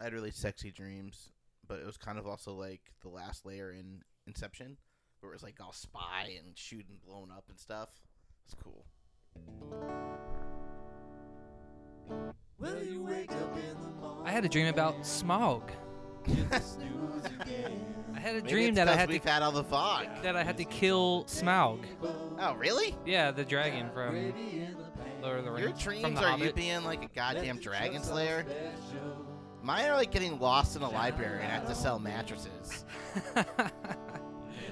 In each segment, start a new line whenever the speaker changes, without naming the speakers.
had really sexy dreams, but it was kind of also like the last layer in Inception, where it was like all spy and shooting, blown up and stuff. It's cool.
Will you wake up in the morning?
I had a dream about smog.
Snooze again.
I had a
Maybe
dream
it's
that I
'cause
had to
we've had all the fog.
that I had to kill Smaug.
Oh, really?
Yeah, the dragon from
Gravy in the pan.
Lord of the
Your
Rings. from
dreams
the
are you
Hobbit.
being like a goddamn
Let the
dragon
trucks
slayer?
special.
Mine are like getting lost in a library and have to sell mattresses.
well,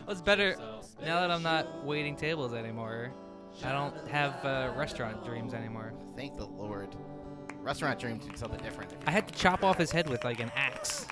it's better now that I'm not waiting tables anymore. I don't have uh, restaurant dreams anymore.
Thank the Lord. Restaurant dreams do something different.
I had to chop off his head with like an axe.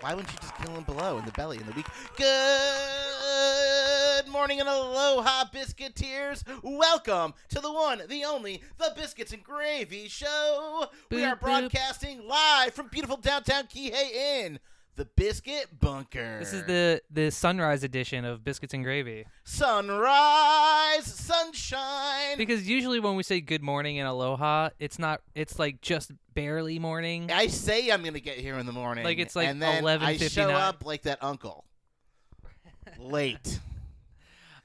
Why wouldn't you just kill him below in the belly in the week? Good morning and aloha, biscuiteers. Welcome to the one, the only, the Biscuits and Gravy Show. we
Boop,
are
boop.
broadcasting live from beautiful downtown Kihei Inn, the Biscuit Bunker.
This is the the sunrise edition of biscuits and gravy.
sunrise, sunshine.
Because usually when we say good morning and aloha, it's not. It's like just barely morning.
I say I'm gonna get here in the morning.
Like, it's like
and then I show
11:59.
up like that uncle, late.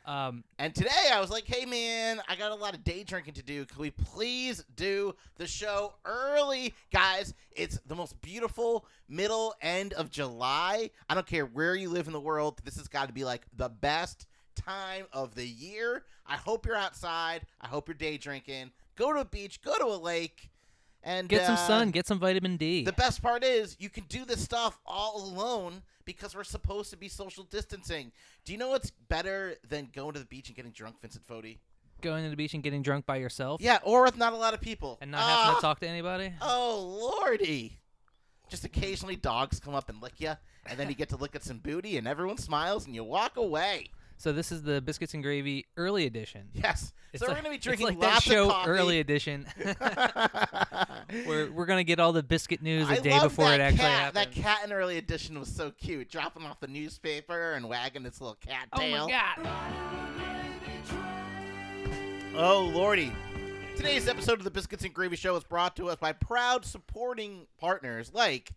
Um,
And today I was like, hey man, I got a lot of day drinking to do. Can we please do the show early? Guys, it's the most beautiful middle end of July. I don't care where you live in the world, this has got to be like the best time of the year. I hope you're outside. I hope you're day drinking. Go to a beach, go to a lake, and
get some
uh,
sun. Get some vitamin D.
the best part is you can do this stuff all alone because we're supposed to be social distancing. Do you know what's better than going to the beach and getting drunk, Vincent Fodi?
Going to the beach and getting drunk by yourself.
Yeah, or with not a lot of people.
And not having
Ah,
to talk to anybody.
Oh lordy! Just occasionally dogs come up and lick you, and then you get to look at some booty, and everyone smiles, and you walk away.
So this is the biscuits and gravy early edition.
Yes.
It's
so
like-
we're gonna be
it's
drinking
like
lots
that show
of coffee.
early edition. we're we're gonna get all the biscuit news a
I
day
love
before
that
it actually
cat.
happens.
That cat in early edition was so cute, dropping off the newspaper and wagging its little cat
oh
tail.
my god!
Oh, Lordy. Today's episode of the Biscuits and Gravy Show is brought to us by proud supporting partners like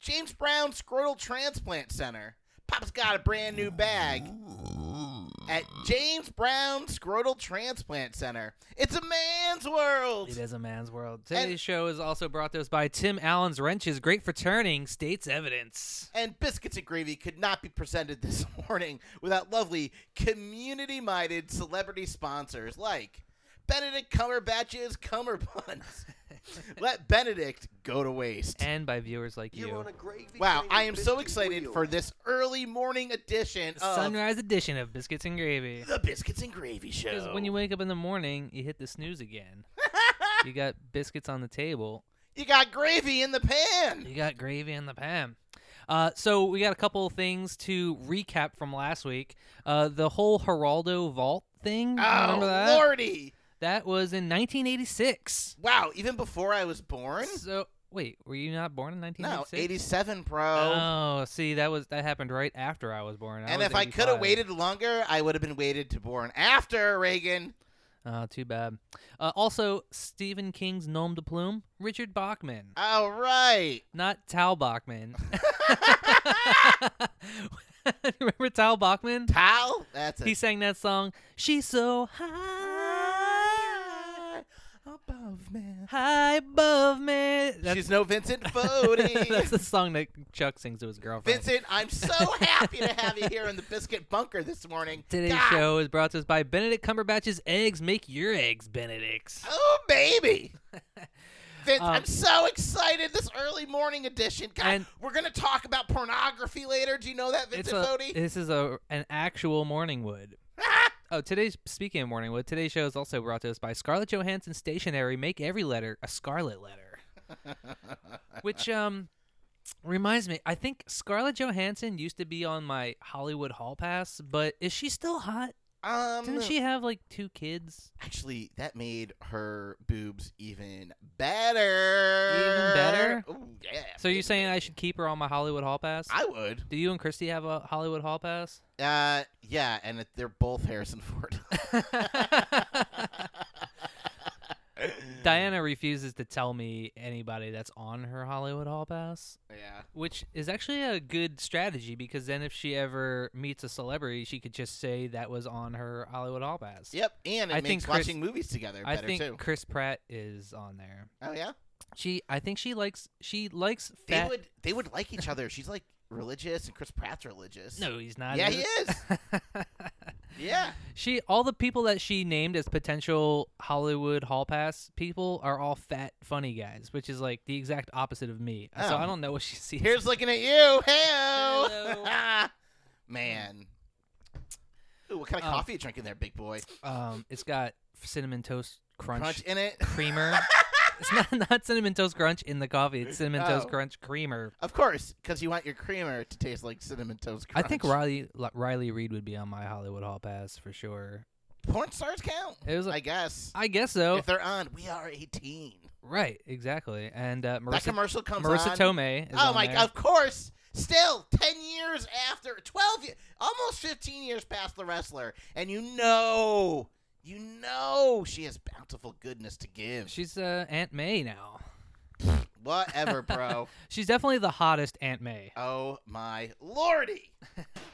James Brown Scrotal Transplant Center. Papa's got a brand new bag at James Brown Scrotal Transplant Center. It's a man's world.
It is a man's world.
And-
Today's show is also brought to us by Tim Allen's wrenches, great for turning states evidence.
and biscuits and gravy could not be presented this morning without lovely community-minded celebrity sponsors like Benedict Cumberbatch's Cumberbuns. Let Benedict go to waste.
And by viewers like you.
wow, I am so excited for this early morning edition
The
of
Sunrise edition of Biscuits and Gravy.
the Biscuits and Gravy Show.
Because when you wake up in the morning, you hit the snooze again. you got biscuits on the table.
You got gravy in the pan.
You got gravy in the pan. Uh, so we got a couple of things to recap from last week. Uh, the whole Geraldo Vault thing. you
Oh,
remember that?
lordy!
That was in 1986.
Wow, even before I was born.
So wait, were you not born in
No,
1986?
87, bro.
Oh, see, that was that happened right after I was born.
And
was
if I could have
85.
waited longer, I would have been waited to born after Reagan.
oh, too bad. Uh, also, Stephen King's Nom de Plume, Richard Bachman,
All right.
not Tal Bachman. Remember Tal Bachman?
Tal? That's it.
He sang that song. She's so high,
above man.
high above me. That's,
She's no Vincent Fodi.
that's the song that Chuck sings to his girlfriend.
Vincent, I'm so happy to have you here in the biscuit bunker this morning.
Today's
God.
show is brought to us by Benedict Cumberbatch's Eggs. Make your eggs, Benedict's.
Oh, baby. Vince,
Um,
I'm so excited. This early morning edition. God,
and-
we're going to talk about pornography later. Do you know that,
It's
Vincent
a-
Fodi?
This is a an actual Morningwood. oh, today's speaking of Morningwood, today's show is also brought to us by Scarlett Johansson Stationery. Make every letter a scarlet letter. Which um reminds me, I think Scarlett Johansson used to be on my Hollywood Hall Pass, but is she still hot?
um,
Didn't she have like two kids?
Actually, that made her boobs even better.
Even better?
Ooh, yeah.
So you're
big
saying
better.
I should keep her on my Hollywood Hall Pass?
I would.
Do you and Christy have a Hollywood Hall Pass?
Uh, yeah, and it, they're both Harrison Ford.
Diana refuses to tell me anybody that's on her Hollywood Hall Pass,
Yeah.
which is actually a good strategy because then if she ever meets a celebrity, she could just say that was on her Hollywood Hall Pass.
Yep. And it
I
makes
think Chris-
watching movies together
I
better
think
too.
Chris Pratt is on there.
Oh yeah.
She, I think she likes she likes
They
fat.
would they would like each other. She's like religious and Chris Pratt's religious.
No, he's not.
Yeah, he Yeah.
she, all the people that she named as potential Hollywood Hall Pass people are all fat, funny guys, which is like the exact opposite of me. So
Oh.
I don't know what she sees.
Here's looking at you.
Hello.
Hey. Man. Ooh, what kind of
Um,
coffee you drinking there, big boy?
Um, it's got cinnamon toast crunch,
Crunch in it.
creamer. it's not, not cinnamon toast crunch in the coffee. It's cinnamon toast
Oh.
crunch creamer.
Of course, because you want your creamer to taste like cinnamon toast crunch.
I think Riley Li- Riley Reed would be on my Hollywood Hall Pass for sure.
porn stars count.
It was like,
I guess
I guess so.
if they're on, we are eighteen.
right, exactly. And uh,
that
Marissa
commercial comes
Marissa
on.
Tomei. Is
oh
on
my!
there.
god! Of course. Still, ten years after, twelve, years, almost fifteen years past the wrestler, and you know, you know, she has bountiful goodness to give.
She's uh, Aunt May now.
Whatever, bro.
She's definitely the hottest Aunt May.
oh my lordy!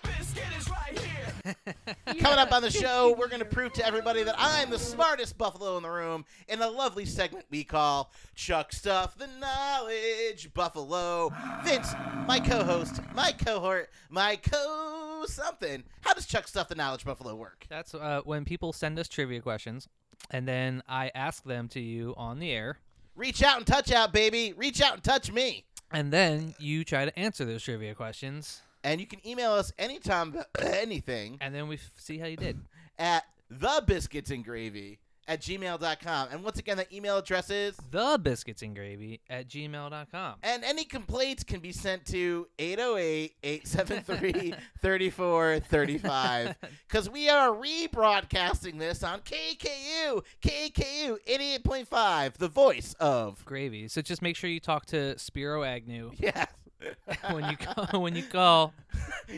Biscuit is right here.
Coming up on the show, we're going to prove to everybody that I'm the smartest buffalo in the room in a lovely segment we call Chuck Stuff the Knowledge Buffalo. Vince, my co host, my cohort, my co something. How does Chuck Stuff the Knowledge Buffalo work?
That's uh, when people send us trivia questions, and then I ask them to you on the air,
Reach out and touch out, baby. Reach out and touch me.
and then you try to answer those trivia questions,
And you can email us anytime about anything
and then we f- see how you did.
at thebiscuitsandgravy at gmail.com. And once again, that email address is
the biscuits and gravy at gmail.com.
And any complaints can be sent to 808-873-3435 because we are rebroadcasting this on KKU, KKU 88.5, the voice of.
Gravy. So just make sure you talk to Spiro Agnew
Yeah.
when you call, when you call.
How do they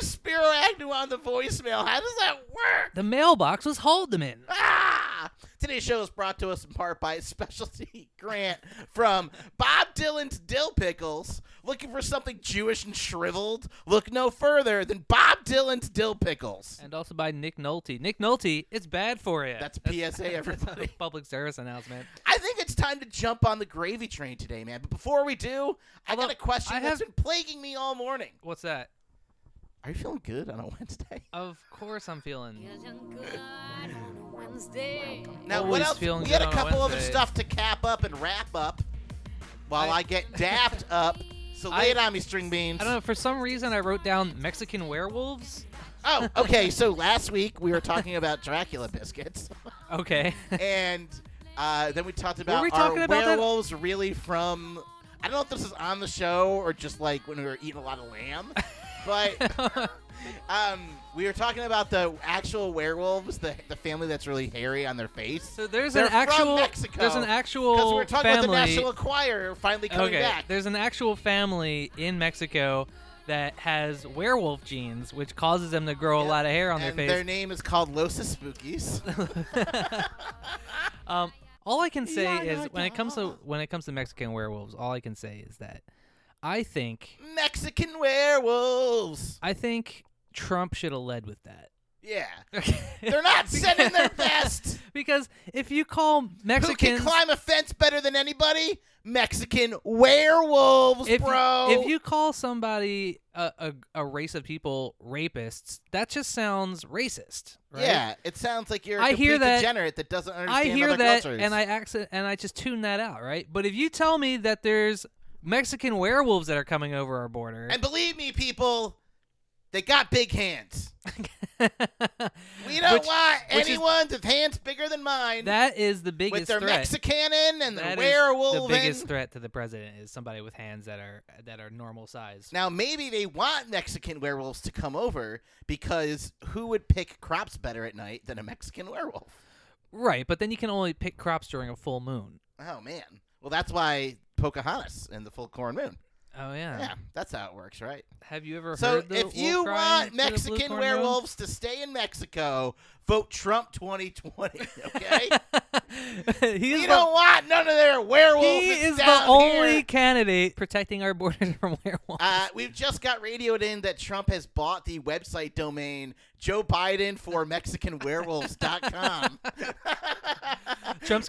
have Spiro Agnew on the voicemail? How does that work?
The mailbox was Haldeman.
Ah! Today's show is brought to us in part by a specialty grant from Bob Dylan's Dill Pickles. Looking for something Jewish and shriveled? Look no further than Bob Dylan's Dill Pickles.
And also by Nick Nolte. Nick Nolte, it's bad for you.
That's PSA, everybody.
public service announcement.
I think it's time to jump on the gravy train today, man. But before we do, I
Although,
got a question
I
that's
have-
been plaguing me all morning.
What's that?
Are you feeling good on a Wednesday?
Of course I'm feeling.
Now, what
Always
else?
feeling
We had a
good on a
couple other
Wednesday.
stuff to cap up and wrap up while I,
I-
get dapped up. So lay
I-
it on me, string beans.
I don't know. For some reason, I wrote down Mexican werewolves.
Oh, okay. So last week we were talking about Dracula biscuits,
Okay.
and uh, then we talked about
we
are
talking about that?
werewolves really from. I don't know if this is on the show or just like when we were eating a lot of lamb, but um, we were talking about the actual werewolves, the the family that's really hairy on their face.
so there's
They're
an
from
actual.
Mexico,
There's an actual
Because we were talking
family.
about the National Choir finally coming
okay.
back.
There's an actual family in Mexico that has werewolf genes, which causes them to grow
Yep.
a lot of hair on
and
their
their
face.
name is called Los Spookies.
um, all I can say
Yeah,
is
yeah,
when it comes
yeah.
to when it comes to Mexican werewolves, all I can say is that I think
Mexican werewolves.
I think Trump should have led with that.
Yeah. They're not sending their
best.
best.
Because if you call Mexicans,
Who can climb a fence better than anybody? Mexican werewolves,
if,
bro.
if you call somebody a, a, a race of people rapists, that just sounds racist, right?
yeah, it sounds like you're a
I
complete
hear that-
degenerate that doesn't
I
understand
hear
other
that,
cultures.
and I accent, and I just tune that out, right? But if you tell me that there's Mexican werewolves that are coming over our border,
and believe me, people, they got big hands. We don't
Which-
want
which is-
anyone with hands bigger than mine
that is the biggest
with their
threat.
Mexicanin and their
That is the
werewolf.
biggest threat to the president is somebody with hands that are that are normal size.
Now maybe they want Mexican werewolves to come over because who would pick crops better at night than a Mexican werewolf?
Right, but then you can only pick crops during a full moon.
Oh man. Well, that's why Pocahontas and the full corn moon.
Oh yeah.
Yeah, that's how it works, right?
Have you ever
So
heard the
if
wolf
you
cry
want
for the blue
Mexican
corn moon?
werewolves to stay in Mexico, vote Trump 2020, okay?
he is
you
the,
don't want none of their werewolves.
he
It's
is the
down
only
here.
candidate protecting our borders from werewolves.
Uh, we've just got radioed in that Trump has bought the website domain Joe Biden for MexicanWerewolves.com.
Trump's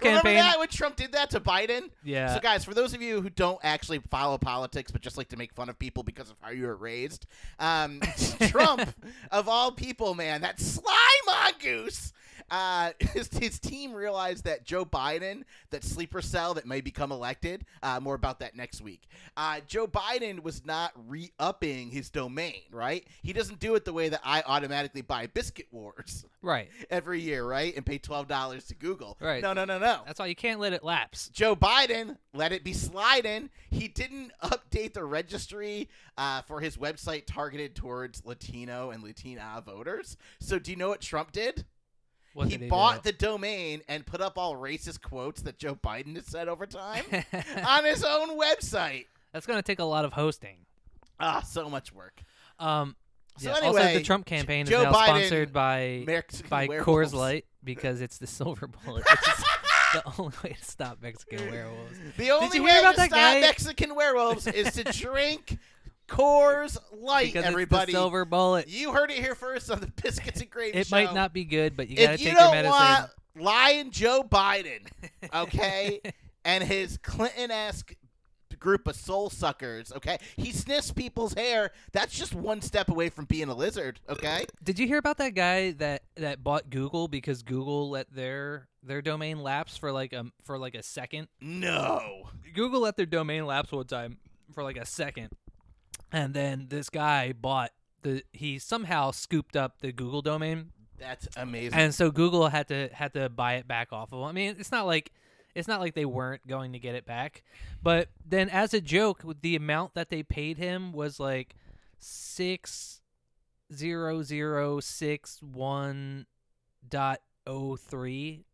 Remember
campaign-
that when Trump did that to Biden?
yeah.
So, guys, for those of you who don't actually follow politics but just like to make fun of people because of how you were raised, um, Trump, of all people, man, that sly mongoose, uh, his, his team realized that Joe Biden, that sleeper cell that may become elected, uh, more about that next week, uh, Joe Biden was not re upping his domain, right? He doesn't do it the way that I automatically buy Biscuit Wars
right.
every year, right? And pay $12 to Google.
Right.
No, no, no, no.
That's all. You can't let it lapse.
Joe Biden let it be sliding. He didn't update the registry uh, for his website targeted towards Latino and Latina voters. So, do you know what Trump did?
What
he
did
bought
do?
the domain and put up all racist quotes that Joe Biden has said over time on his own website.
That's going to take a lot of hosting.
Ah, so much work.
Um,
So
yeah, also,
anyway,
the Trump campaign
Joe
is now
Biden-
sponsored by
Mexican
by
werewolves.
Coors Light because it's the silver bullet, which is the only way to stop Mexican werewolves.
The only
you
way
hear about
to
that
stop
guy?
Mexican werewolves is to drink Coors Light,
Because
everybody.
it's the silver bullet.
You heard it here first on the Biscuits and Gravy
It
Show.
might not be good, but you gotta
if you
take your
don't
medicine.
want lying Joe Biden, okay, and his Clinton-esque group of soul suckers, okay, he sniffs people's hair. That's just one step away from being a lizard, okay.
Did you hear about that guy that that bought Google because Google let their their domain lapse for like um for like a second?
No.
Google let their domain lapse one time for like a second, and then this guy bought the he somehow scooped up the Google domain,
That's amazing.
and so Google had to had to buy it back off of him. I mean, it's not like it's not like they weren't going to get it back, but then as a joke, with the amount that they paid him was like six zero zero six one dot oh three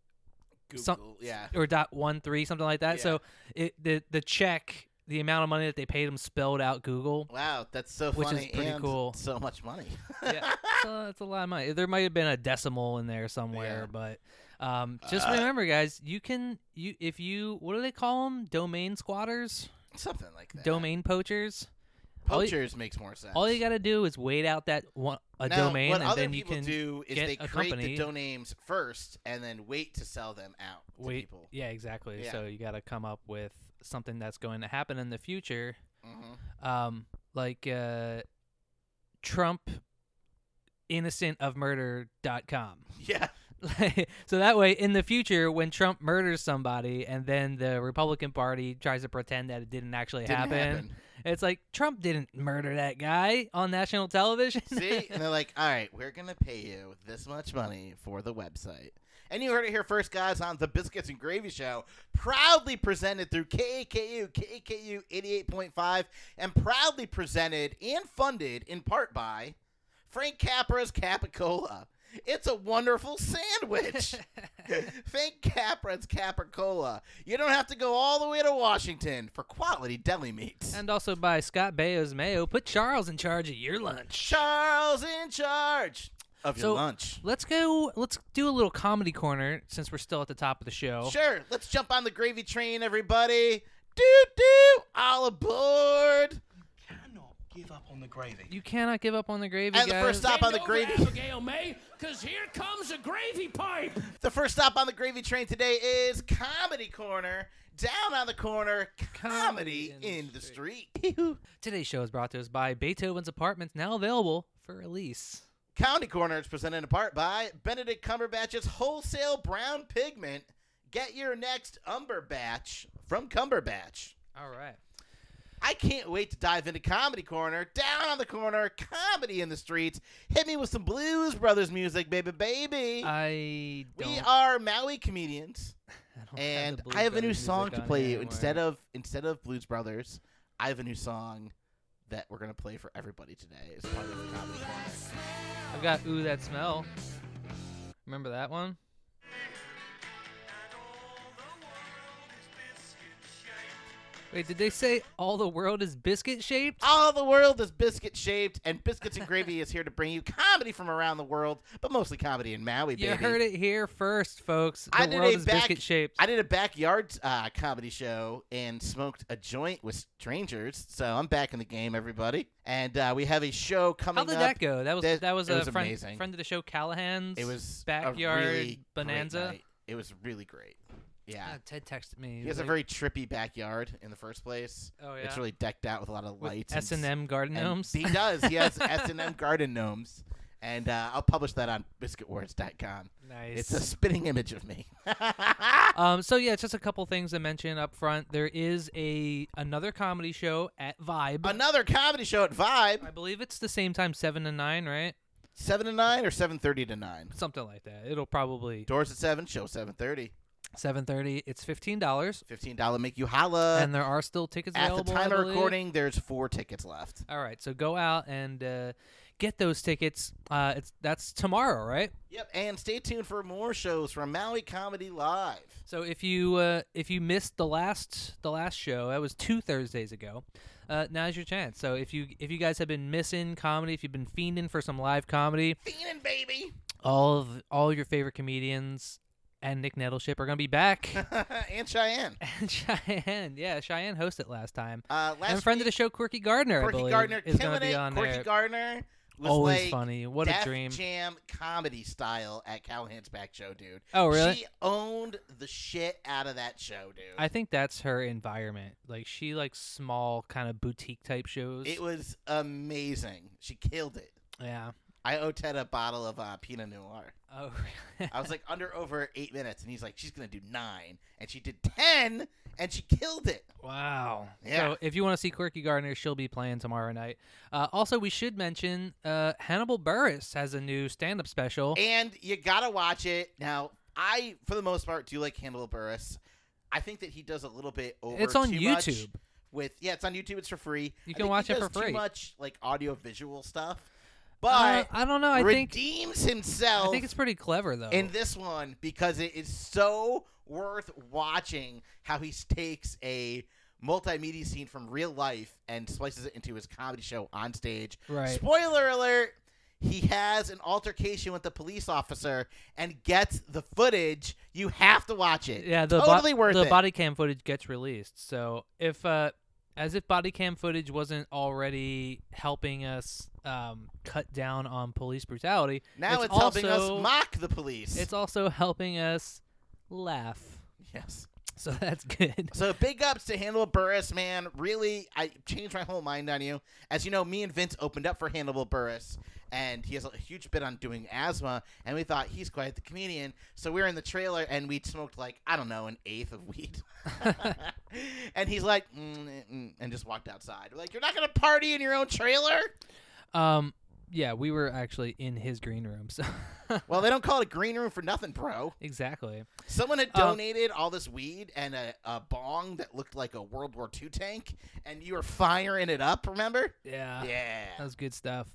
Google,
some-
yeah.
or dot one three something like that.
Yeah.
So it the the check the amount of money that they paid him spelled out Google.
Wow, that's so
Which is
funny
pretty
and
cool.
So much money.
Yeah, so that's a lot of money. There might have been a decimal in there somewhere, but um, just
Uh.
remember, guys, you can you if you what do they call them? Domain squatters,
Something like that.
domain poachers. all you-
Poachers makes more sense.
All you gotta do is wait out that one a
now,
domain,
what
and
other
then you
people
can
do is
get
they
a
create the
company-
domains first and then wait to sell them out to
wait.
people.
Yeah, exactly.
Yeah.
So you gotta come up with something that's going to happen in the future.
hmm
um, like uh, Trump innocent of murder.com.
Yeah.
so that way in the future when Trump murders somebody and then the Republican Party tries to pretend that it didn't actually
Didn't
happen, it's like Trump didn't murder that guy on national television.
See? And they're like, all right, we're going to pay you this much money for the website. And you heard it here first, guys, on the Biscuits and Gravy Show, proudly presented through KAKU, KAKU 88.5, and proudly presented and funded in part by Frank Capra's Capicola. It's a wonderful sandwich. Thank Capra's Capicola. You don't have to go all the way to Washington for quality deli meats.
and also by Scott Baio's Mayo, put Charles in charge of your lunch.
Charles in charge of your
So-
lunch.
Let's go. Let's do a little comedy corner since we're still at the top of the show.
Sure, let's jump on the gravy train, everybody. Doo doo, all aboard.
cannot give up on the gravy.
You cannot give up on the gravy.
And the first
guys.
stop on the gravy,
Abigail May, because eh? here comes a gravy pipe.
the first stop on the gravy train today is comedy corner. Down on the corner, comedy,
Comedy in the
in the street. Hee-hoo.
Today's show is brought to us by Beethoven's Apartments, now available for release.
Comedy corner is presented in part by Benedict Cumberbatch's wholesale brown pigment. Get your next umber batch from Cumberbatch.
All right.
I can't wait to dive into Comedy Corner, down on the corner, comedy in the streets. Hit me with some Blues Brothers music, baby, baby.
I don't.
we are Maui comedians,
I don't have the
and
Blues
I have a new
Brothers music
song to
on
play
here
you
anymore.
instead of instead of Blues Brothers. I have a new song that we're gonna play for everybody today as part of Comedy Corner.
I've got ooh that smell. Remember that one? Wait, did they say all the world is biscuit shaped?
All the world is biscuit shaped, and Biscuits and Gravy is here to bring you comedy from around the world, but mostly comedy in Maui,
You
baby.
heard it here first, folks. The
I did
world
a
is
back-
biscuit shaped.
I did a backyard uh, comedy show and smoked a joint with strangers, so I'm back in the game, everybody. And uh, we have a show coming
How did
up.
that go? That was
that-
that was
it
a
was
friend
amazing.
friend of the show Callahan's.
It was a
backyard
really great
bonanza.
night. It was really great. Yeah.
God, Uh, Ted texted me.
He has a very trippy backyard in the first place.
Oh,
It's
yeah?
really decked out with a lot of lights.
S
and
and M garden
and
gnomes.
He does. He has S and M garden gnomes, and uh, I'll publish that on biscuitwords.com.
nice.
It's a spinning image of me.
Um, so yeah, it's just a couple things to mention up front. There is a another comedy show at Vibe.
Another comedy show at Vibe,
I believe it's the same time, seven to nine, right?
seven to nine or seven thirty to nine.
Something like that. It'll probably
Doors at seven, show seven thirty.
seven thirty. It's fifteen dollars,
Fifteen dollar make you holla.
and there are still tickets
Uh, at the
available. I
time of
believe.
recording, there's four tickets left.
All right, so go out and uh, get those tickets. Uh, it's that's tomorrow, right?
Yep, and stay tuned for more shows from Maui Comedy Live.
So if you uh, if you missed the last the last show, that was two Thursdays ago. Uh, now's your chance. So if you if you guys have been missing comedy, if you've been fiending for some live comedy,
Fiendin' baby,
all of all your favorite comedians and Nick Nettleship are gonna be back.
and Cheyenne.
and Cheyenne, yeah, Cheyenne hosted it last time.
Uh, last
and friend
week,
of the show, Quirky Gardner, I
Corky
believe,
Gardner
is
killing
gonna be
it.
on
Corky
there.
Gardner was
Always
like
funny. What
Def
a dream.
Jam comedy style at Callahan's back show, dude.
Oh, really?
She owned the shit out of that show, dude.
I think that's her environment. Like she likes small kind of boutique type shows.
it was amazing. She killed it.
yeah.
I owe Ted a bottle of uh, Pinot Noir.
Oh.
I was like under over eight minutes, and he's like, she's gonna do nine, and she did ten, and she killed it.
Wow.
Yeah.
So if you want to see Quirky Gardner, she'll be playing tomorrow night. Uh, also, we should mention uh, Hannibal Burris has a new stand up special.
And you gotta watch it now. I, for the most part, do like Hannibal Burris. I think that he does a little bit over.
It's on
too much
YouTube.
With yeah, it's on YouTube. It's for free.
You
I
can
think
watch
he
it for
does too
free.
much like audio visual stuff,
Uh,
but
I don't know. I think
redeems
I
himself
think it's pretty clever though.
in this one because it is so worth watching how he takes a multimedia scene from real life and splices it into his comedy show on stage.
Right.
Spoiler alert. He has an altercation with the police officer and gets the footage. You have to watch it.
yeah, the bo-
totally worth
the
it.
body cam footage gets released. So if uh, as if body cam footage wasn't already helping us um, cut down on police brutality,
now it's,
it's,
helping us
also-
mock the police.
It's also helping us laugh.
yes.
So that's good.
So big ups to Hannibal Burris, man. Really, I changed my whole mind on you. As you know, me and Vince opened up for Hannibal Burris, and he has a huge bit on doing asthma, and we thought he's quite the comedian. So we were in the trailer, and we smoked like I don't know an eighth of weed, and he's like, mm, mm, mm, and just walked outside. We're like, you're not gonna party in your own trailer?
Um, yeah, we were actually in his green room. So
Well, they don't call it a green room for nothing, bro. Um,
exactly.
Someone had
Uh,
donated all this weed and a, a bong that looked like a World War II tank, and you were firing it up. Remember?
Yeah. That
Yeah.
was good stuff.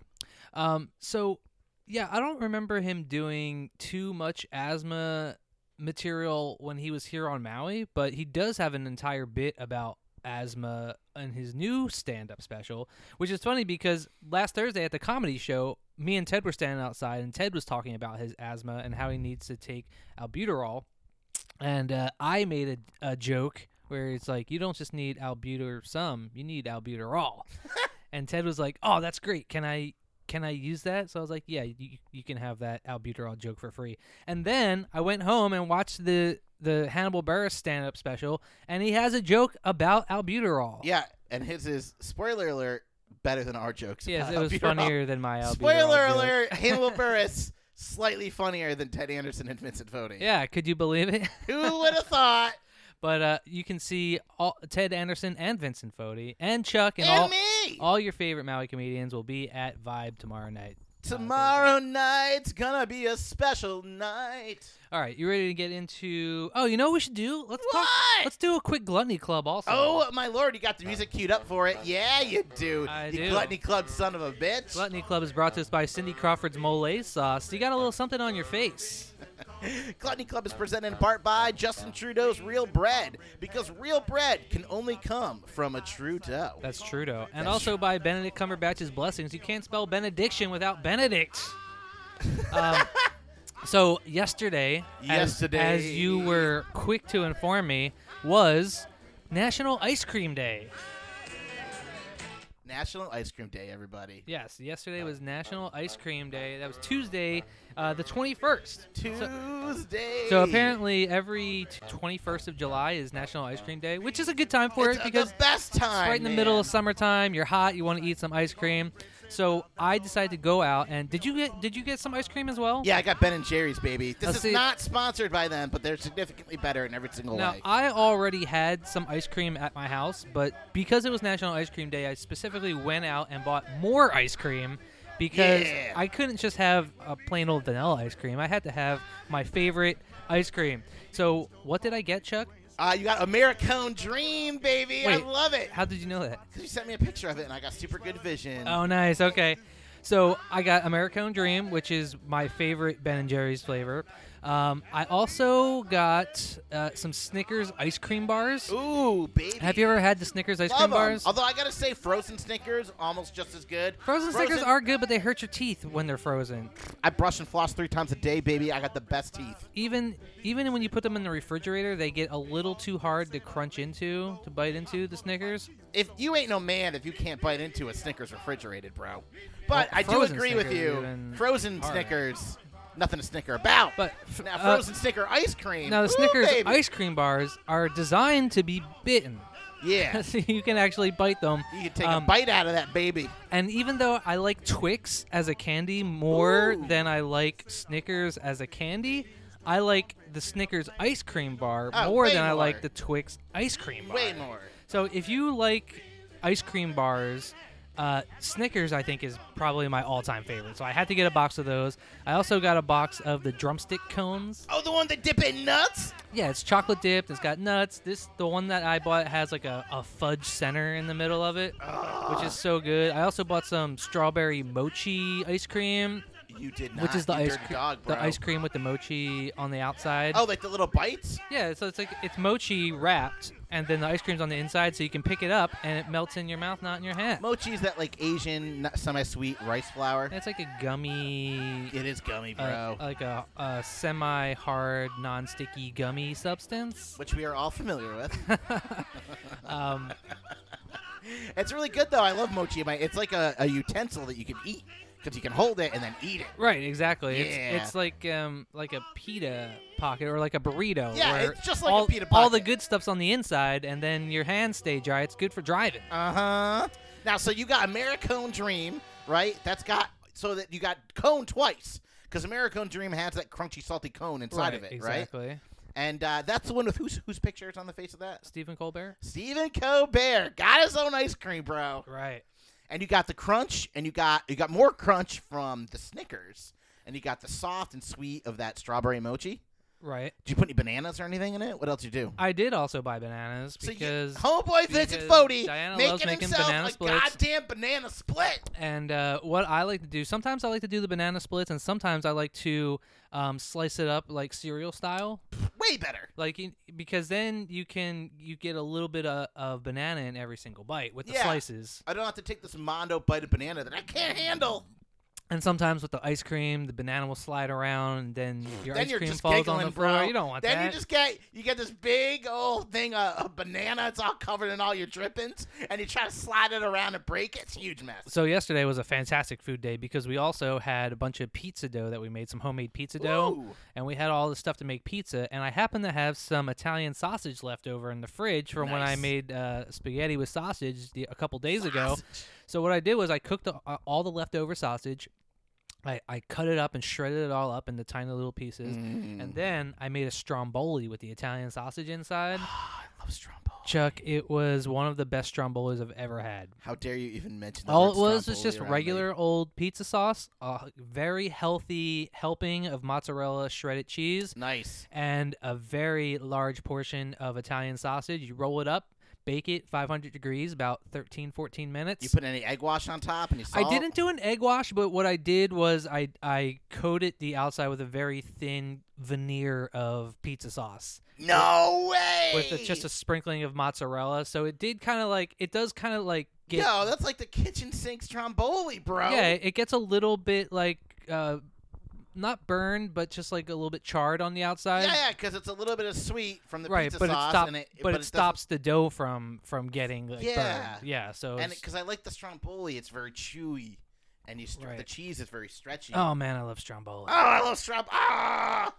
Um, so yeah, I don't remember him doing too much asthma material when he was here on Maui, but he does have an entire bit about asthma in his new stand-up special, which is funny because last Thursday at the comedy show, me and Ted were standing outside and Ted was talking about his asthma and how he needs to take albuterol. And uh, I made a, a joke where it's like, you don't just need albuter some, you need albuterol. and Ted was like, "Oh, that's great. Can I can I use that?" So I was like, "Yeah, you, you can have that albuterol joke for free." And then I went home and watched the the Hannibal Burris stand up special, and he has a joke about albuterol.
Yeah. And his is spoiler alert better than our jokes.
Yes,
about
it was
Albuterol.
funnier than my albuterol.
Spoiler
joke.
alert: Hannibal Burris slightly funnier than Ted Anderson and Vincent Fodi.
Yeah, could you believe it?
Who would have thought?
but uh, you can see all, Ted Anderson and Vincent Fodi and Chuck and,
and
all
me.
all your favorite Maui comedians will be at Vibe tomorrow night.
Tomorrow night's gonna be a special night.
All right, you ready to get into? Oh, you know what we should do? Let's talk.
What?
Let's do a quick gluttony club also.
Oh my lord, you got the music queued up for it. Yeah, you do.
I
you
do.
gluttony club son of a bitch.
Gluttony Club is brought to us by Cindy Crawford's Mole Sauce. You got a little something on your face.
Gluttony Club is presented in part by Justin Trudeau's Real Bread because real bread can only come from a Trudeau.
That's Trudeau. And also by Benedict Cumberbatch's blessings. You can't spell benediction without Benedict. Um, so yesterday, as-
Yesterday.
as, you were quick to inform me, was National Ice Cream Day.
National Ice Cream Day, everybody.
Yes, yesterday was National Ice Cream Day. That was Tuesday, uh, the 21st.
Tuesday.
So apparently, every t- 21st of July is National Ice Cream Day, which is a good time for
it's
it because
the best time.
It's right in the
man.
middle of summertime. You're hot. You want to eat some ice cream. So I decided to go out and did you get did you get some ice cream as well?
Yeah, I got Ben and Jerry's, baby. This
Now,
is
see-
not sponsored by them, but they're significantly better in every single
Now
way.
I already had some ice cream at my house, but because it was National Ice Cream Day, I specifically went out and bought more ice cream because
Yeah.
I couldn't just have a plain old vanilla ice cream. I had to have my favorite ice cream. So what did I get, Chuck?
Uh, you got Americone Dream, baby. I
Wait.
love it.
How did you know that?
Because you sent me a picture of it, and I got super good vision.
Oh, nice. Okay. So I got Americone Dream, which is my favorite Ben and Jerry's flavor. Um, I also got uh, some Snickers ice cream bars.
Ooh, baby.
Have you ever had the Snickers ice
Love
cream
'em.
bars?
Although I gotta say, frozen Snickers almost just as good.
Frozen Snickers are good, but they hurt your teeth when they're frozen.
I brush and floss three times a day, baby. I got the best teeth.
Even even when you put them in the refrigerator, they get a little too hard to crunch into, to bite into the Snickers.
If you ain't no man, if you can't bite into a Snickers refrigerated, bro. But
Well,
I do
frozen
agree with
Snickers
you.
even
Frozen
harder.
Snickers, nothing to snicker about.
But f-
now
uh,
frozen Snicker ice cream.
Now the
Ooh,
Snickers
baby.
ice cream bars are designed to be bitten.
Yeah,
so you can actually bite them.
you can take
Um,
a bite out of that baby.
And even though I like Twix as a candy more
Ooh.
than I like Snickers as a candy, I like the Snickers ice cream bar
Oh,
more
way
than I like
more.
the Twix ice cream bar.
Way more.
So if you like ice cream bars, uh, Snickers I think is probably my all-time favorite. So I had to get a box of those. I also got a box of the drumstick cones.
Oh, the one that dip in nuts.
Yeah, it's chocolate dipped. It's got nuts. This the one that I bought has like a, a fudge center in the middle of it, which is so good. I also bought some strawberry mochi ice cream,
You did not.
which is the
you
ice
dirty
cream,
dog, bro.
the ice cream with the mochi on the outside.
Oh, like the little bites.
Yeah, so it's like it's mochi wrapped, and then the ice cream's on the inside, so you can pick it up and it melts in your mouth, not in your hand.
Mochi is that like Asian not semi-sweet rice flour.
It's like a gummy,
It is gummy, bro.
uh, like a, a semi-hard, non-sticky gummy substance.
which we are all familiar with.
Um,
it's really good though. I love mochi. My- It's like a, a utensil that you can eat because you can hold it and then eat it.
Right, exactly.
Yeah.
It's it's like um like a pita pocket or like a burrito.
Yeah,
where
it's just like a
all,
pita
All the
pocket.
good stuff's on the inside, and then your hands stay dry. It's good for driving.
Uh huh. Now, so you got Americone Dream, right? That's got so that you got cone twice because Americone Dream has that crunchy, salty cone inside of it, right?
exactly.
And uh, that's the one with whose whose picture is on the face of that.
Stephen Colbert.
Stephen Colbert got his own ice cream, bro.
Right.
and you got the crunch and you got you got more crunch from the snickers and you got the soft and sweet of that strawberry mochi
Right.
did you put any bananas or anything in it what else did you do
I did also buy bananas
So you-
because
homeboy vincent
because
Fodi
Diana loves
making
making
himself
banana
a
splits.
goddamn banana split
and uh, what I like to do sometimes I like to do the banana splits, and sometimes I like to um, slice it up like cereal style.
way better
like you- because then you can you get a little bit of, of banana in every single bite with the
Yeah.
slices
i don't have to take this mondo bite of banana that i can't handle
and sometimes with the ice cream the banana will slide around and then your
then
ice
you're
cream
just
falls
giggling
on the
bro
floor you don't want
then
that
you just get you get this big old thing of, of banana it's all covered in all your drippings and you try to slide it around and break it it's a huge mess
so yesterday was a fantastic food day because we also had a bunch of pizza dough that we made some homemade pizza dough
Ooh.
and we had all the stuff to make pizza and i happened to have some italian sausage left over in the fridge from when i
Nice.
made uh, spaghetti with sausage the, a couple days ago So what I did was I cooked the, uh, all the leftover sausage. I, I cut it up and shredded it all up into tiny little pieces.
Mm.
And then I made a stromboli with the Italian sausage inside.
Ah, I love Stromboli.
Chuck, it was one of the best strombolis I've ever had.
How dare you even mention the word
All it was was
stromboli
just
around me.
regular old pizza sauce, a very healthy helping of mozzarella shredded cheese,
Nice.
and a very large portion of Italian sausage. You roll it up, bake it 500 degrees about 13, 14 minutes.
You put any egg wash on top and you salt.
I didn't do an egg wash, but what I did was I I coated the outside with a very thin veneer of pizza sauce
No way.
with a, just a sprinkling of mozzarella. So it did kind of like it does kind of like get
Yo, that's like the kitchen sink's stromboli, bro.
yeah, it gets a little bit like uh not burned, but just like a little bit charred on the outside.
Yeah, yeah, because it's a little bit of sweet from the
right,
pizza
but it
sauce,
stops
and it
but, it
doesn't-
stops the dough from from getting like
Yeah.
burned. Yeah, so
And
it's-
because I like the stromboli, it's very chewy, and you str- the
Right.
cheese is very stretchy.
oh man, I love stromboli.
Oh, I love stromb. Ah,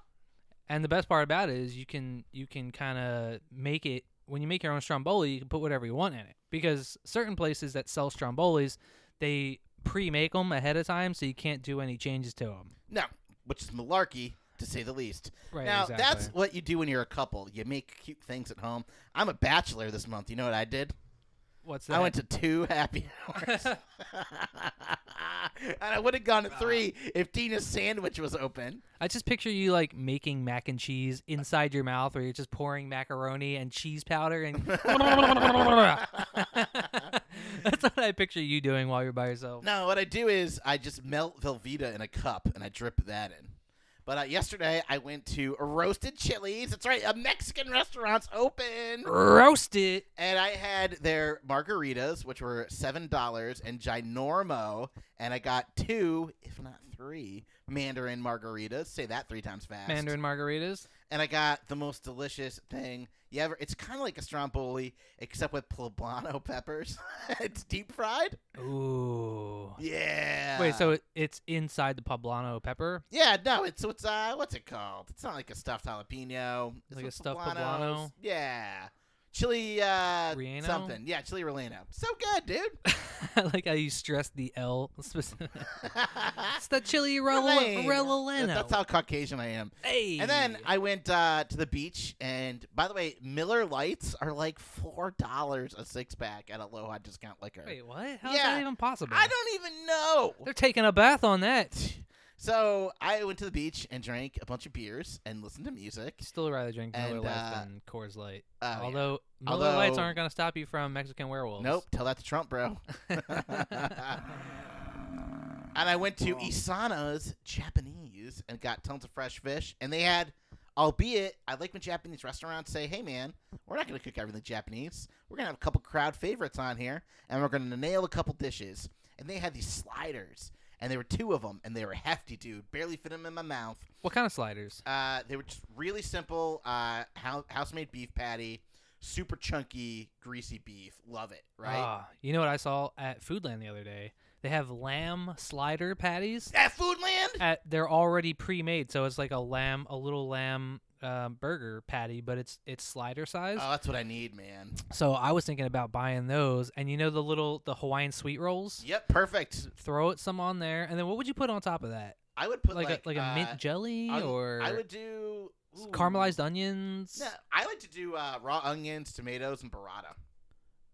And the best part about it is you can you can kind of make it when you make your own stromboli, you can put whatever you want in it because certain places that sell strombolis, they pre-make them ahead of time, so you can't do any changes to them.
no, which is malarkey to say the least.
Right.
now
exactly.
that's what you do when you're a couple. You make cute things at home. I'm a bachelor this month. You know what I did?
what's that?
I went to two happy hours, and I would have gone to three if Dina's sandwich was open.
I just picture you like making mac and cheese inside your mouth, where you're just pouring macaroni and cheese powder, and that's what I picture you doing while you're by yourself.
No, what I do is I just melt Velveeta in a cup and I drip that in. But uh, yesterday I went to Roasted Chili's. That's right, a Mexican restaurant's open.
Roast it.
And I had their margaritas, which were seven dollars, and ginormo. And I got two, if not three, Mandarin margaritas. Say that three times fast.
Mandarin margaritas.
And I got the most delicious thing you ever. It's kind of like a stromboli, except with poblano peppers. it's deep fried.
Ooh.
Yeah.
Wait, so it, it's inside the poblano pepper,
Yeah, no, it's it's uh, what's it called? It's not like a stuffed jalapeno. It's
Like a
with
stuffed
poblanos.
poblano?
Yeah, chili uh,
Relleno?
something. Yeah, chili relleno. So good, dude.
I like how you stress the L. specific- it's the chili relleno.
Relleno.
relleno.
That's how Caucasian I am.
Hey.
And then I went uh, to the beach, and by the way, Miller Lights are like four dollars a six pack at Aloha Discount Liquor.
wait, what? How is
Yeah.
that even possible?
I don't even know.
They're taking a bath on that.
So I went to the beach and drank a bunch of beers and listened to music.
Still rather drink Miller
And,
Lite
uh,
than Coors Light.
Oh, yeah.
Although Miller Lights
Although-
aren't going to stop you from Mexican werewolves.
Nope, tell that to Trump, bro. and I went to Isana's Japanese and got tons of fresh fish, and they had, albeit I like when Japanese restaurants say, "Hey, man, we're not gonna cook everything Japanese. We're gonna have a couple crowd favorites on here, and we're gonna nail a couple dishes." And they had these sliders, and there were two of them, and they were hefty, dude. Barely fit them in my mouth.
What kind of sliders?
Uh, they were just really simple, uh, house house-made beef patty, super chunky, greasy beef. Love it, right?
Ah, you know what I saw at Foodland the other day? They have lamb slider patties.
At Foodland?
at they're already pre-made, so it's like a lamb, a little lamb um, burger patty, but it's it's slider size.
Oh, that's what I need, man.
so I was thinking about buying those, and you know the little the Hawaiian sweet rolls.
Yep, perfect.
Throw it some on there, and then what would you put on top of that?
I would put
Like,
like,
a like a
uh,
mint jelly
I would-
or
I would do
s-
ooh.
caramelized onions,
No, I like to do uh, raw onions, tomatoes, and burrata.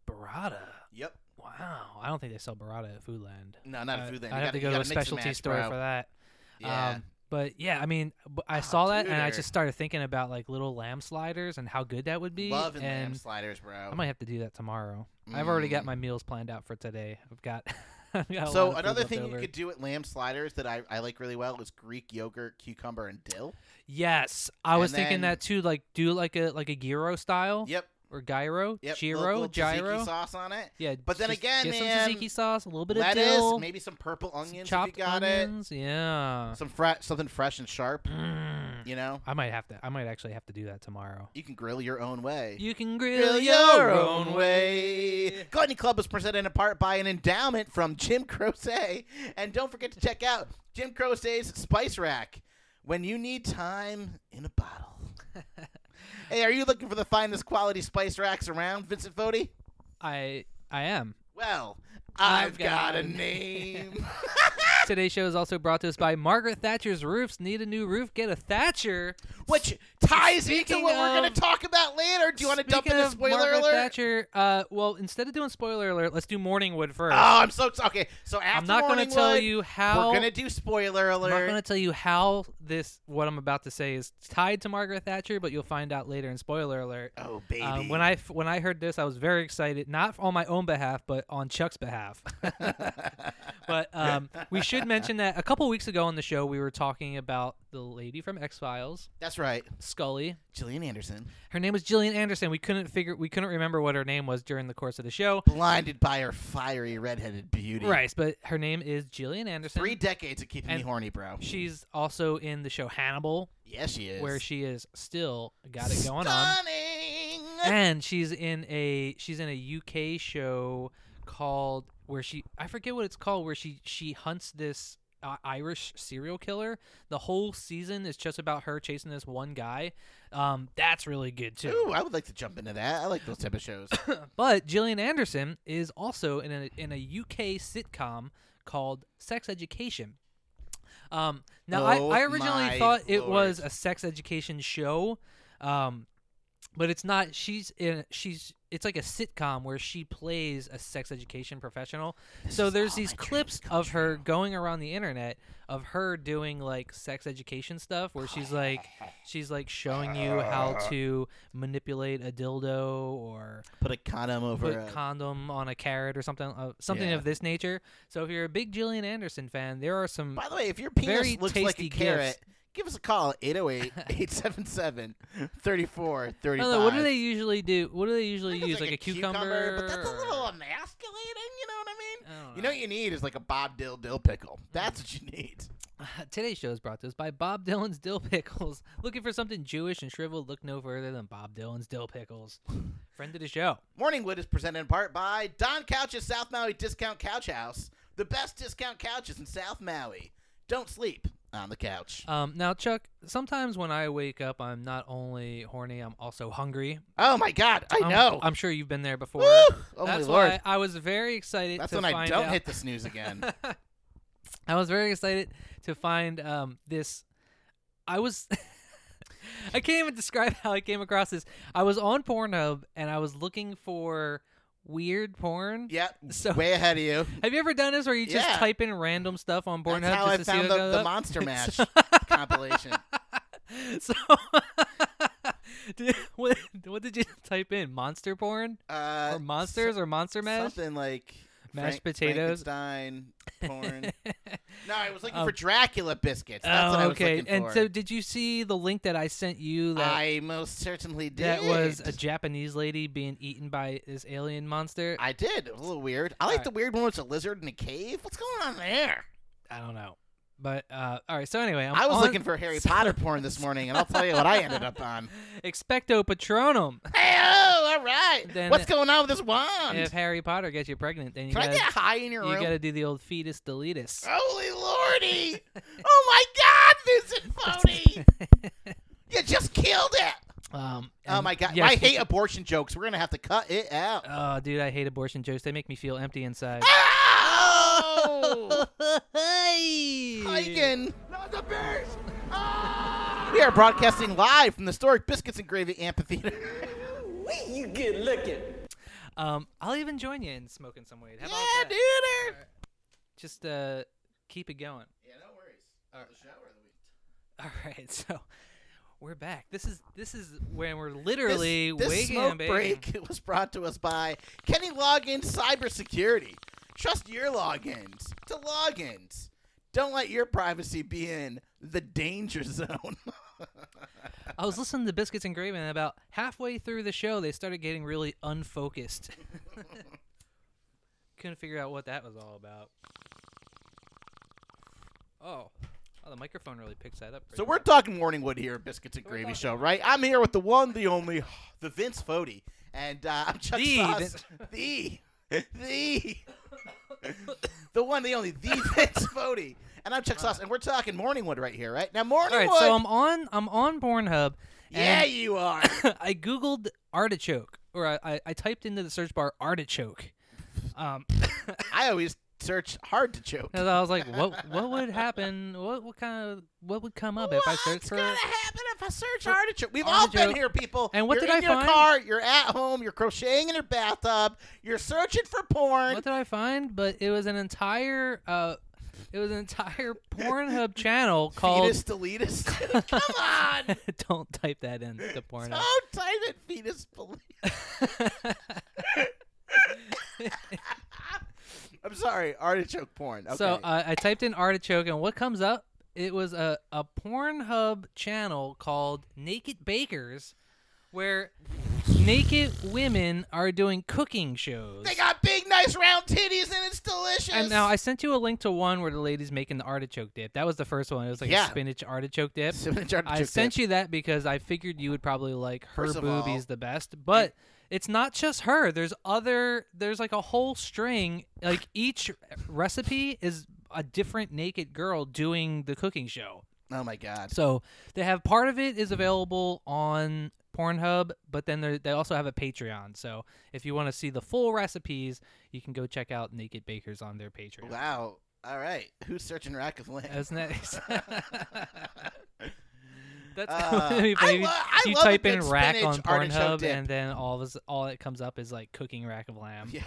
burrata.
Yep.
Wow, I don't think they sell burrata at Foodland.
No, not
I-
a food thing.
Uh, I'd have to go to a specialty store for that.
Yeah.
Um, but yeah, I mean, b- I
Oh,
saw that and I
dude.
just started thinking about like little lamb sliders and how good that would be.
Love and
and
lamb sliders, bro.
I might have to do that tomorrow. I've already got
Mm.
my meals planned out for today. I've got. I've got a lot
So
of food
another
left
thing
over.
you could do at lamb sliders that I, I like really well is Greek yogurt, cucumber, and dill.
Yes, I was
And
thinking
then-
that too. Like do like a like a gyro style.
Yep.
Or gyro.
Yep.
Gyro.
Little, little tzatziki
gyro.
sauce on it.
Yeah.
But then
just
again,
get
man,
some tzatziki sauce, a little bit
Lettuce,
of dill,
maybe some purple
some
onions if you
chopped
got
onions. Yeah.
it. Some fre- something fresh and sharp.
Mm.
You know,
I might have to. I might actually have to do that tomorrow.
you can grill your own way.
You
Feel
can grill
your own way. Gluttony Club is presented in part by an endowment from Jim Croce. And don't forget to check out Jim Croce's Spice Rack when you need time in a bottle. hey, are you looking for the finest quality spice racks around, Vincent Fodi?
I I am.
Well, I've,
I've
got,
got
a
a
name.
Today's show is also brought to us by Margaret Thatcher's Roofs. Need a new roof? Get a Thatcher.
Which ties
Speaking
into what we're going
of-
to talk about later. Do you want to dump in
Speaking
a
of
spoiler
Margaret
alert?
Thatcher, uh, well, instead of doing spoiler alert, let's do Morningwood first.
Oh, I'm so okay. So after
I'm not going to tell
Morningwood,
you how.
We're gonna do spoiler
I'm
alert.
not going to tell you how this what I'm about to say is tied to Margaret Thatcher, but you'll find out later in spoiler alert.
Oh baby.
Um, when I f- when I heard this, I was very excited, not on my own behalf, but on Chuck's behalf. but um, we should mention that a couple weeks ago on the show, we were talking about the lady from X Files,
That's right,
Scully.
Gillian Anderson,
Her name was Gillian Anderson. We couldn't figure we couldn't remember what her name was during the course of the show.
blinded by her fiery redheaded beauty.
Right, but her name is Gillian Anderson.
Three decades of keeping
And
me horny, bro.
She's also in the show Hannibal,
yes, she is.
where she is still got it going on.
Stunning.
and she's in a she's in a UK show called where she I forget what it's called where she she hunts this uh, Irish serial killer. The whole season is just about her chasing this one guy. Um, that's really good too.
Ooh, I would like to jump into that. I like those type of shows.
But Gillian Anderson is also in a in a UK sitcom called Sex Education. Um, now
Oh
I, I originally
my
thought it was
lord.
a sex education show, um, but it's not. She's in she's it's like a sitcom where she plays a sex education professional. so
is
there's
all
these
my dreams
clips
come
of her going around the internet of her doing like sex education stuff where she's like she's like showing you how to manipulate a dildo or
Put a condom over.
put
a,
condom on a carrot or something uh, something
Yeah.
of this nature. So if you're a big Gillian Anderson fan, there are some
By the way, if your penis
Very
looks like
tasty
a
gifts.
carrot, give us a call 808 877 3435.
I don't know, what do they usually do? What do they usually use like, a cucumber?
But that's a little
or-
emasculating, you know what I mean?
I don't
You know what you need is like a Bob Dill dill pickle.
Mm.
That's what you need.
Today's show is brought to us by Bob Dylan's Dill Pickles. Looking for something Jewish and shriveled? Look no further than Bob Dylan's Dill Pickles. Friend of the show.
Morningwood is presented in part by Don Couch's South Maui Discount Couch House, the best discount couches in South Maui. Don't sleep on the couch.
Um, now, Chuck, sometimes when I wake up, I'm not only horny, I'm also hungry.
Oh my God, I
I'm-
know.
I'm sure you've been there before.
Woo! Oh my
That's
lord.
why I was very excited
That's
to
when I
find
don't
out-
hit the snooze again.
I was very excited to find um, this. I was. I can't even describe how I came across this. I was on Pornhub and I was looking for weird porn.
yep.
So-
way ahead of you.
Have you ever done this where you just
Yeah.
type in random stuff on Pornhub
That's how
just
I
to see
found
what
the,
goes
the
up?
Monster Mash
So-
compilation.
so, Did- what, what did you type in? Monster porn
Uh,
or monsters or monster mash?
Something like
Mashed
Frank-
potatoes? Um,
Frankenstein porn. no, I was looking for Dracula biscuits. That's
oh,
what I was
okay.
looking
And
for.
so, did you see the link that I sent you? That
I most certainly did.
That was a Japanese lady being eaten by this alien monster. I,
I did. It was a little weird. I like
Alright.
the weird one. where It's a lizard in a cave. What's going on there?
don't know. But uh, all right, so anyway, I'm
i was
on
looking for Harry Potter porn this morning, and I'll tell you what I ended up on.
Expecto Patronum.
Hey, oh, all right.
Then-
What's going on with this wand?
If Harry Potter gets you pregnant, then you
Can I
gotta
get high in your
you
room?
gotta do the old fetus deletus.
Holy lordy! oh my God, Vincent Fody! you just killed it.
um,
Oh
and
my God!
yes,
I
you
hate
can-
abortion jokes. We're gonna have to cut it out.
Oh, dude, I hate abortion jokes. They make me feel empty inside.
Ow!
Hey!
Hiking. We are broadcasting live from the historic Biscuits and Gravy Amphitheater.
Um, I'll even join you in smoking some weed. How about that?
dude.
Just uh, keep it going.
Yeah, no worries.
All right, so we're back. This is this is when we're literally
this, this
waking
smoke
up, baby.
break was brought to us by Kenny Login Cybersecurity. Trust your logins to logins. Don't let your privacy be in the danger zone.
I was listening to Biscuits and Gravy, and about halfway through the show, they started getting really unfocused. Couldn't figure out what that was all about. Oh, oh the microphone really picks that up.
so
pretty
we're
well.
talking Morningwood here at Biscuits and Gravy Show, right? I'm here with the one, the only, the Vince Fodi, and uh, I'm Chuck
The
Sauce.
Vince-
The, the, the one, the only, the Vince Fodi, and I'm Chuck Sauce, and we're talking Morningwood right here, right now. Morningwood.
all right. So I'm on I'm on Pornhub.
yeah,
and
you are.
I googled artichoke, or I, I I typed into the search bar artichoke. Um,
I always search hard to choke.
'Cause I was like, what what would happen? What what kind of what would come up if I searched
What's
for? Oh,
gonna happen if I search artichoke? We've all
artichoke.
been here, people.
And what
you're
did I
in your
find?
car, you're at home, you're crocheting in your bathtub, you're searching for porn.
What did I find? But it was an entire uh, it was an entire Pornhub channel called.
fetus deletus. Come on.
Don't type that in the Pornhub.
Don't type it fetus deletus. I'm sorry, artichoke porn. Okay.
So uh, I typed in artichoke, and what comes up? It was a, a Pornhub channel called Naked Bakers, where naked women are doing cooking shows.
they got big, nice round titties, and it's delicious.
and now I sent you a link to one where the lady's making the artichoke dip. That was the first one. It was like
Yeah.
a spinach artichoke dip.
Spinach artichoke
I sent
dip.
you that because I figured you would probably like her
First of
boobies
all-
the best. But it's not just her. There's other. There's like a whole string. Like each recipe is a different naked girl doing the cooking show.
Oh my god.
So they have part of it is available on Pornhub, but then there- they also have a Patreon. So if you want to see the full recipes, you can go check out Naked Bakers on their Patreon.
Wow. All right. Who's searching rack of land?
Isn't that? That's
Uh,
gonna be
I
funny.
lo- I
you
love a
type in
good
rack
spinach
on
artichoke
Pornhub,
dip.
and then all of us, all that comes up is like cooking rack of lamb.
Yeah.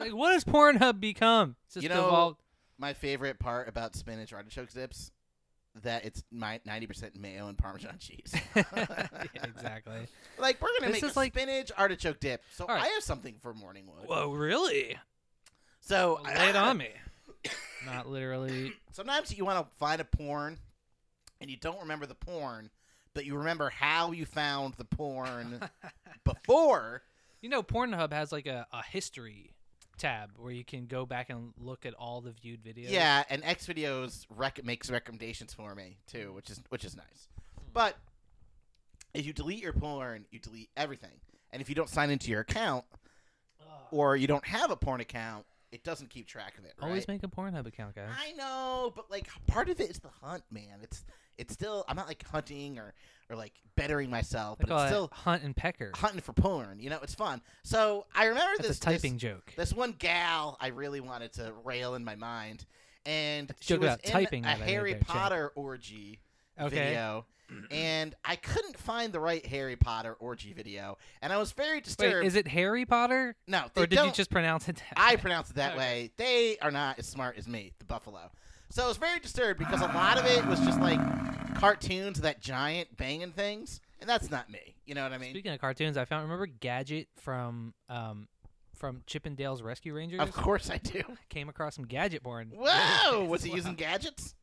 Like, what does Pornhub become? It's just
You know-
evolved-
my favorite part about spinach artichoke dips that it's my 90% mayo and parmesan cheese.
Yeah, exactly.
Like we're gonna
This
make
is
a
like-
spinach artichoke dip. So
All right.
I have something for morning wood.
Whoa, really?
So
Well, Lay it on me. Not literally.
Sometimes you want to find a porn, and you don't remember the porn, but you remember how you found the porn before.
You know, Pornhub has like a, a history tab where you can go back and look at all the viewed videos.
Yeah, and X videos rec- makes recommendations for me too, which is which is nice. But if you delete your porn, you delete everything. And if you don't sign into your account or you don't have a porn account, it doesn't keep track of it. Right?
Always make a Pornhub account, guys.
I know, but like part of it is the hunt, man. It's it's still I'm not like hunting or or like bettering myself,
They
but
call
it's
it
still
Hunt and Pecker.
hunting for porn. You know, it's fun. So I remember
That's
this
a typing
This,
joke.
this one gal I really wanted to rail in my mind, and
That's a
she
joke
was
about
in
typing
a
that I heard
Harry
there, Chad.
Potter orgy
Okay.
video, and I couldn't find the right Harry Potter orgy video, and I was very disturbed.
Wait, is it Harry Potter?
no, they
Or did
don't,
you just pronounce it that
I
way?
pronounce it that
Okay.
way. They are not as smart as me, the Buffalo. So I was very disturbed because a lot of it was just like cartoons, that giant banging things, and that's not me. You know what I mean?
Speaking of cartoons, I found remember Gadget from um from Chippendale's Rescue Rangers.
Of course I do.
Came across some Gadget porn.
Whoa! Was he using gadgets?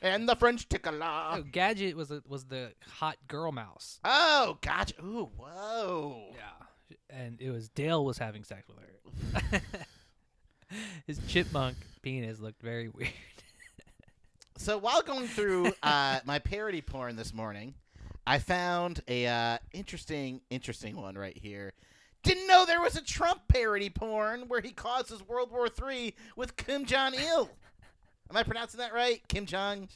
And the French tickle
Oh, Gadget was a, was the hot girl mouse.
Oh, gotcha. Ooh, whoa.
Yeah, and it was Dale was having sex with her. His chipmunk penis looked very weird.
So while going through uh, my parody porn this morning, I found a uh, interesting, interesting one right here. Didn't know there was a Trump parody porn where he causes World War III with Kim Jong Il. Am I pronouncing that right? Kim Jong,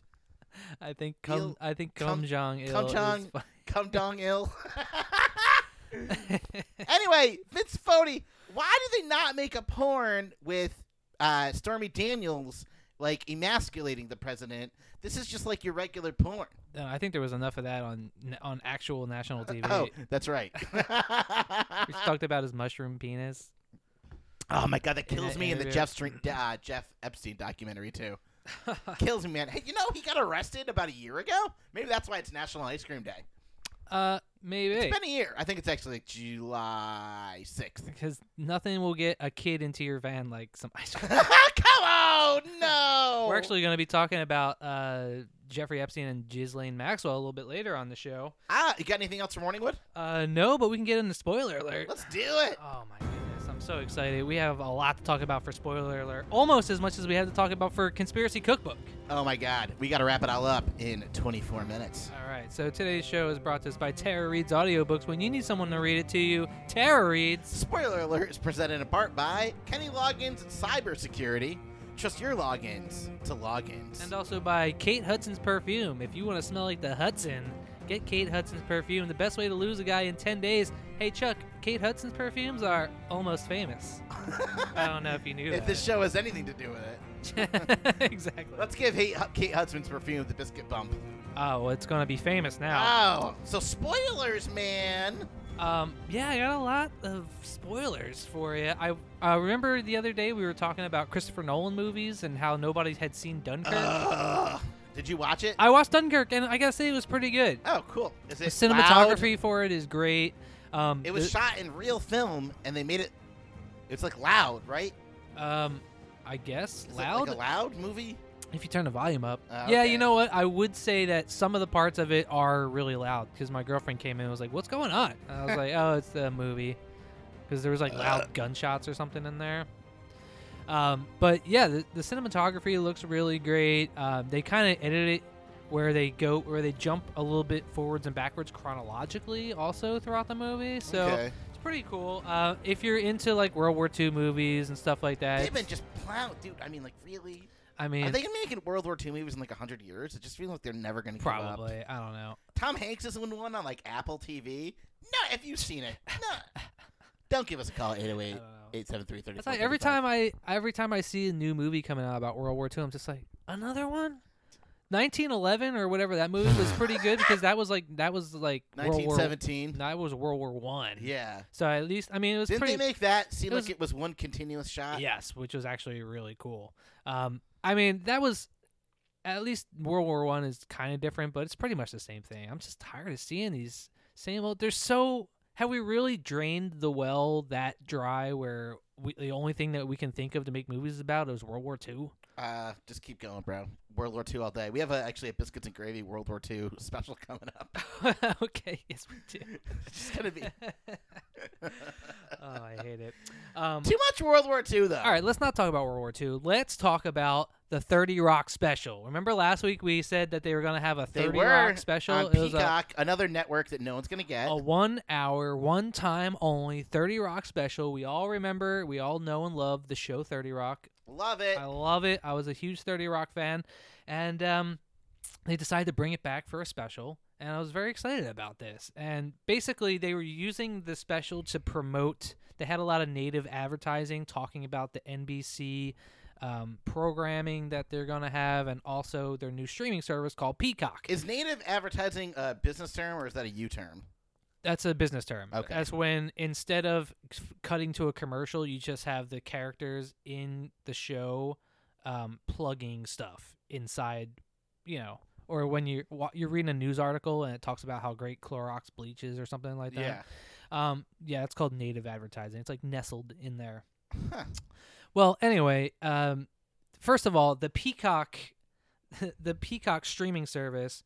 I think Cum
Il-
I think
Cum-
Cum Jong Il.
Cum
is
Jong,
fu-
Cum Dong Il. anyway, Vince Fodi, why do they not make a porn with uh, Stormy Daniels like emasculating the president? This is just like your regular porn.
No, I think there was enough of that on on actual national TV.
Oh, that's right.
We talked about his mushroom penis.
oh my god, that
In
kills
that
me in the
interview.
Jeff String, uh, Jeff Epstein documentary too. kills me, man. Hey, you know he got arrested about a year ago. Maybe that's why it's National Ice Cream Day.
Uh, maybe.
It's been a year. I think it's actually like July sixth.
Because nothing will get a kid into your van like some ice cream.
Come on, no.
We're actually going to be talking about uh, Jeffrey Epstein and Ghislaine Maxwell a little bit later on the show.
ah, you got anything else for Morningwood?
Uh, no, but we can get into spoiler alert.
Let's do it.
Oh my goodness, I'm so excited. We have a lot to talk about for spoiler alert, almost as much as we have to talk about for Conspiracy Cookbook.
Oh my god, we got to wrap it all up in 24 minutes.
All right, so today's show is brought to us by Tara Reads Audiobooks. When you need someone to read it to you, Tara Reads.
Spoiler alert is presented in part by Kenny Loggins Cybersecurity. Trust your logins to logins.
And also by Kate Hudson's Perfume. If you want to smell like the Hudson, get Kate Hudson's Perfume. The best way to lose a guy in 10 days. Hey, Chuck, Kate Hudson's perfumes are almost famous. I don't know if you knew
if
that.
this show has anything to do with it.
exactly.
Let's give Kate, Kate Hudsman's perfume the biscuit bump.
Oh, well, it's gonna be famous
Oh,
now.
so spoilers, man.
Um, yeah, I got a lot of spoilers for you. I uh, remember the other day we were talking about Christopher Nolan movies and how nobody had seen Dunkirk.
Ugh. Did you watch it?
I watched Dunkirk and I gotta say it was pretty good.
Oh, cool. Is it
The
loud?
cinematography for it is great. Um,
It was
the-
shot in real film, and they made it. It's like loud, right?
um, I guess
Is it
loud.
like a loud movie.
If you turn the volume up.
Ah,
Yeah,
okay.
you know what? I would say that some of the parts of it are really loud because my girlfriend came in and was like, "What's going on?" And I was like, "Oh, it's the movie," because there was like
Uh.
loud gunshots or something in there. Um, but yeah, the, the cinematography looks really great. Um, they kind of edit it where they go, where they jump a little bit forwards and backwards chronologically, also throughout the movie. So
okay.
it's pretty cool. Uh, if you're into like World War II movies and stuff like that,
they've been
it's-
just plowing, dude. I mean, like really.
I mean,
Are they gonna make it World War II movies in like hundred years? It just feels like they're never gonna. give up.
probably. I don't know.
Tom Hanks is in one on like Apple TV. No, have you seen it? No. Don't give us a call. 808
I don't know.
873
That's like every time I every time I see a new movie coming out about World War II, I'm just like another one. 1911 or whatever that movie was pretty good because that was like that was like World War
1917.
that was World War One.
Yeah.
So at least I mean it was
Didn't
pretty
they make that seem
it was-
like it was one continuous shot?
yes, which was actually really cool. Um, I mean that was at least World War One is kind of different, but it's pretty much the same thing. I'm just tired of seeing these same old. They're so have we really drained the well that dry where we, the only thing that we can think of to make movies about is World War Two.
Uh, just keep going, bro. World War II all day. We have a, actually a biscuits and gravy World War II special coming up.
okay, yes we do.
it's just gonna be
oh, I hate it. Um,
too much World War II though.
all right, let's not talk about World War II. Let's talk about the Thirty Rock special. Remember last week we said that they were going to have a
they
Thirty
were
Rock special.
on
it was a, Oh,
Peacock, another network that no one's gonna get.
a one-hour, one-time only Thirty Rock special. We all remember, we all know and love the show Thirty Rock.
Love it.
I love it. I was a huge Thirty Rock fan, and um, they decided to bring it back for a special, and I was very excited about this. And basically, they were using the special to promote. They had a lot of native advertising talking about the NBC um, programming that they're gonna have, and also their new streaming service called Peacock.
Is native advertising a business term or is that a U term?
That's a business term.
Okay.
That's when instead of c- cutting to a commercial, you just have the characters in the show um, plugging stuff inside, you know, or when you wa- you're reading a news article and it talks about how great Clorox bleach is or something like that.
Yeah.
Um, yeah, it's called native advertising. It's like nestled in there.
Huh.
Well, anyway, um, first of all, the Peacock, the Peacock streaming service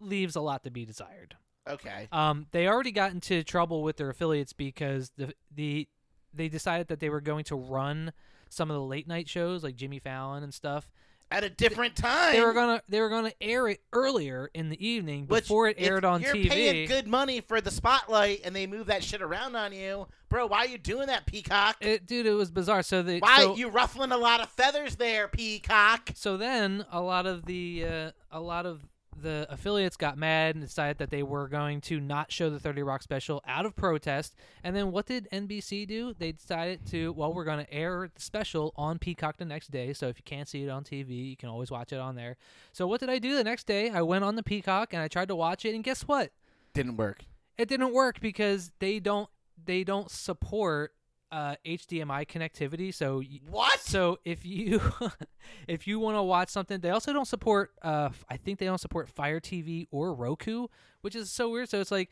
leaves a lot to be desired.
Okay.
Um, they already got into trouble with their affiliates because the the they decided that they were going to run some of the late night shows like Jimmy Fallon and stuff.
At a different time.
They were gonna they were gonna air it earlier in the evening
Which,
before it
if
aired on
you're
TV.
paying good money for the spotlight, and they move that shit around on you, bro. Why are you doing that, Peacock?
It- dude, it was bizarre. So they
Why
so,
you ruffling a lot of feathers there, Peacock?
so then a lot of the uh, a lot of the affiliates got mad and decided that they were going to not show the 30 Rock special out of protest. And then what did NBC do? They decided to well, we're going to air the special on Peacock the next day. So if you can't see it on TV, you can always watch it on there. So what did I do the next day? I went on the Peacock and I tried to watch it and guess what?
Didn't work.
It didn't work because they don't they don't support uh, HDMI connectivity. So y-
What?
so if you if you want to watch something, they also don't support. Uh, f- I think they don't support Fire TV or Roku, which is so weird. So it's like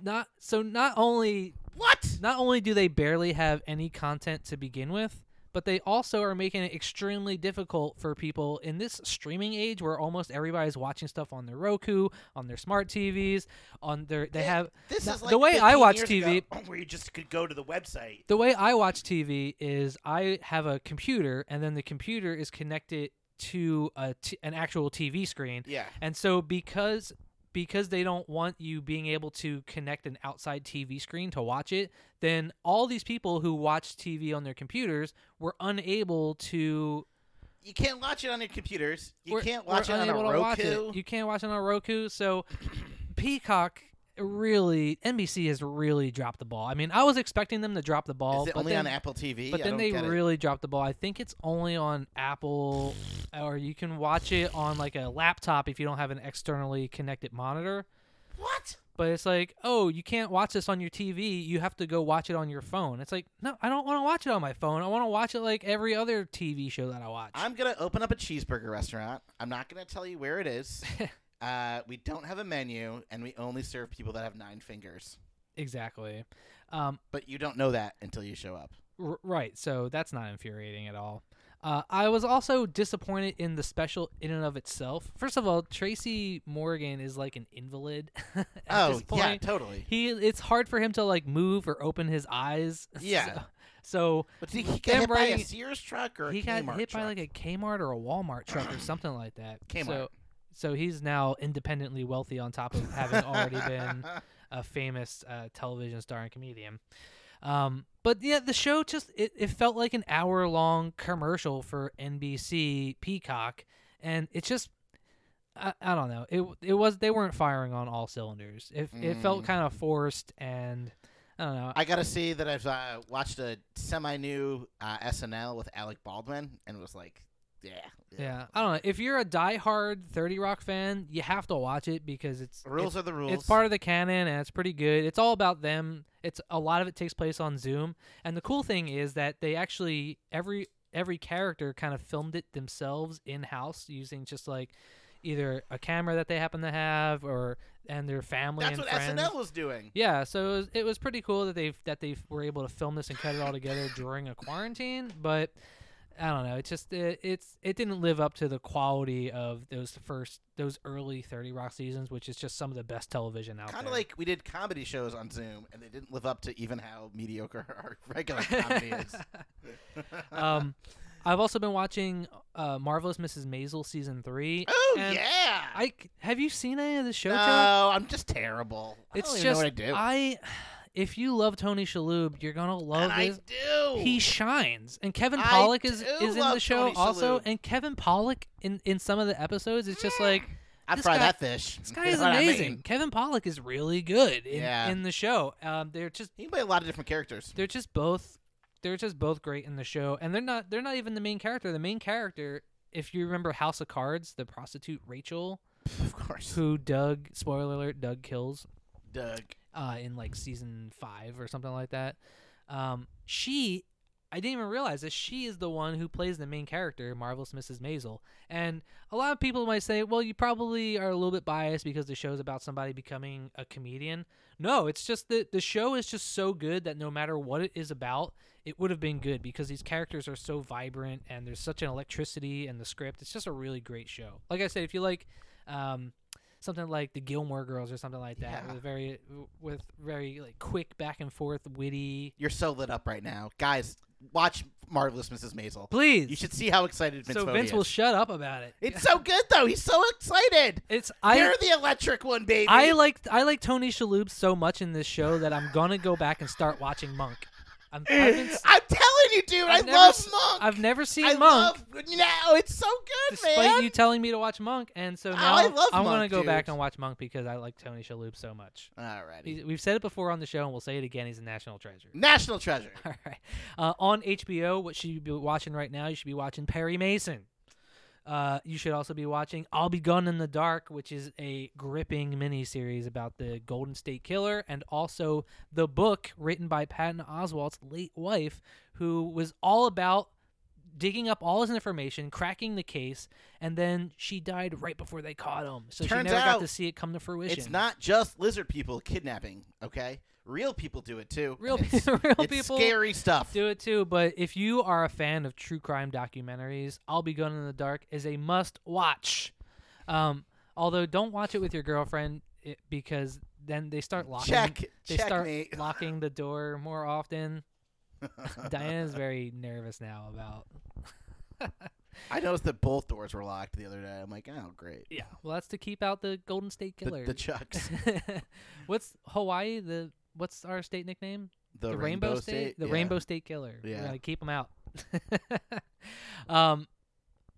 not so not only
what?
not only do they barely have any content to begin with, but they also are making it extremely difficult for people in this streaming age where almost everybody's watching stuff on their Roku, on their smart TVs, on their they have
This
now,
is
the
like
way I
15
watch
years
TV
ago, where you just could go to the website.
the way I watch TV is I have a computer, and then the computer is connected to a t- an actual TV screen.
Yeah.
And so because because they don't want you being able to connect an outside TV screen to watch it, then all these people who watch TV on their computers were unable to
You can't watch it on your computers. You
we're-
can't
we're
watch it on a
unable to watch it.
Roku.
You can't watch it on a Roku. So Peacock really NBC has really dropped the ball. I mean, I was expecting them to drop the ball,
Is it
but
only
then,
on Apple TV?
but
I
then
don't
they
get it.
really dropped the ball. I think it's only on Apple, or you can watch it on like a laptop if you don't have an externally connected monitor.
what?
But it's like, oh, you can't watch this on your TV. You have to go watch it on your phone. It's like, no, I don't want to watch it on my phone. I want to watch it like every other TV show that I watch.
I'm gonna open up a cheeseburger restaurant. I'm not gonna tell you where it is. uh, we don't have a menu, and we only serve people that have nine fingers.
exactly. Um,
But you don't know that until you show up.
R- right. So that's not infuriating at all. Uh, I was also disappointed in the special in and of itself. First of all, Tracy Morgan is like an invalid. at
oh
this point.
yeah, totally.
He it's hard for him to like move or open his eyes.
Yeah.
So, so
But did he get hit
Them
by a
riding-
Sears truck or a
he got
Kmart
hit by
truck?
like a Kmart or a Walmart truck or something like that.
Kmart.
So, so he's now independently wealthy on top of having already been a famous uh, television star and comedian. Um, but yeah, the show just it, it felt like an hour long commercial for NBC Peacock, and it just I, I don't know it it was they weren't firing on all cylinders. It it
Mm.
felt kind of forced, and I don't know.
I gotta say that I've uh, watched a semi-new uh, SNL with Alec Baldwin, and was like, yeah,
yeah, I don't know. If you're a diehard Thirty Rock fan, you have to watch it because it's
Rules
it's,
are the rules.
it's part of the canon and it's pretty good. It's all about them. It's a lot of it takes place on Zoom, and the cool thing is that they actually every every character kind of filmed it themselves in house using just like either a camera that they happen to have or and their family
That's
and
what
friends.
SNL was doing.
Yeah, so it was, it was pretty cool that they that they were able to film this and cut it all together during a quarantine. But I don't know, it just it, it's it didn't live up to the quality of those first those early Thirty Rock seasons, which is just some of the best television out
Kind
there.
of like we did comedy shows on Zoom, and they didn't live up to even how mediocre our regular comedy is.
um, I've also been watching uh, Marvelous Mrs. Maisel season three.
Oh
and
yeah.
I c- have you seen any of the show?
no,
Chuck?
I'm just terrible.
it's
I don't
just
even know what I do.
I- if you love Tony Shalhoub, you're gonna love
and I
this.
do.
he shines and kevin
Oh. I
pollock is
do
is in the
love
show
Tony
also
Shalhoub.
and kevin pollock in in some of the episodes it's just like
I
this
fry
guy-
that fish.
this guy
You
is
know what I mean?
amazing kevin pollock is really good in,
Yeah.
in the show um they're just
He can play a lot of different characters.
they're just both they're just both great in the show and they're not they're not even the main character the main character if you remember house of cards the prostitute rachel
Of course.
who doug spoiler alert doug kills
Doug.
uh, in like season five or something like that. Um, she, I didn't even realize this. She is the one who plays the main character, Marvelous Mrs. Maisel. And a lot of people might say, well, you probably are a little bit biased because the show's about somebody becoming a comedian. No, it's just that the show is just so good that no matter what it is about, it would have been good because these characters are so vibrant and there's such an electricity in the script. It's just a really great show. Like I said, if you like um, something like the Gilmore Girls or something like that,
Yeah.
with very with very like quick back and forth, witty.
You're so lit up right now, guys. Watch Marvelous Mrs. Maisel.
Please,
You should see how excited Vince
so
Vaughn
Vince will
is.
shut up about it.
it's so good though. He's so excited.
It's I
You're the electric one, baby.
I like I like Tony Shalhoub so much in this show that I'm gonna go back and start watching Monk. I'm, I've been, s-
I'm telling you, dude. i
I've never
Eh, love
s-
Monk.
I've never seen
I
Monk.
love. No, it's so good,
Despite
man. Oh,
you telling me to watch Monk, and so now
I love
am gonna
Monk,
go back
dude.
and watch Monk because I like Tony Shalhoub so much.
Alrighty.
He's, we've said it before on the show, and we'll say it again. He's a national treasure.
National Treasure.
All right. Uh, on HBO, what should you be watching right now? You should be watching Perry Mason. Uh, you should also be watching I'll Be Gone in the Dark, which is a gripping miniseries about the Golden State Killer and also the book written by Patton Oswalt's late wife, who was all about digging up all his information, cracking the case, and then she died right before they caught him. So
Turns
she never
out
got to see it come to fruition.
It's not just lizard people kidnapping, okay? Real people do it too.
real,
and it's,
people. real
it's
people.
scary stuff.
do it too. But if you are a fan of true crime documentaries, I'll Be Gone in the Dark is a must watch. Um, although don't watch it with your girlfriend i because then they start locking.
Check,
They start
checkmate.
locking the door more often. Diana's very nervous now about.
I noticed that both doors were locked the other day. I'm like, oh, great.
Yeah, well, that's to keep out the Golden State
The,
Killer.
the Chucks,
what's Hawaii? The what's our state nickname?
the,
the
yeah.
Rainbow State Killer.
Yeah.
we gotta keep them out. um,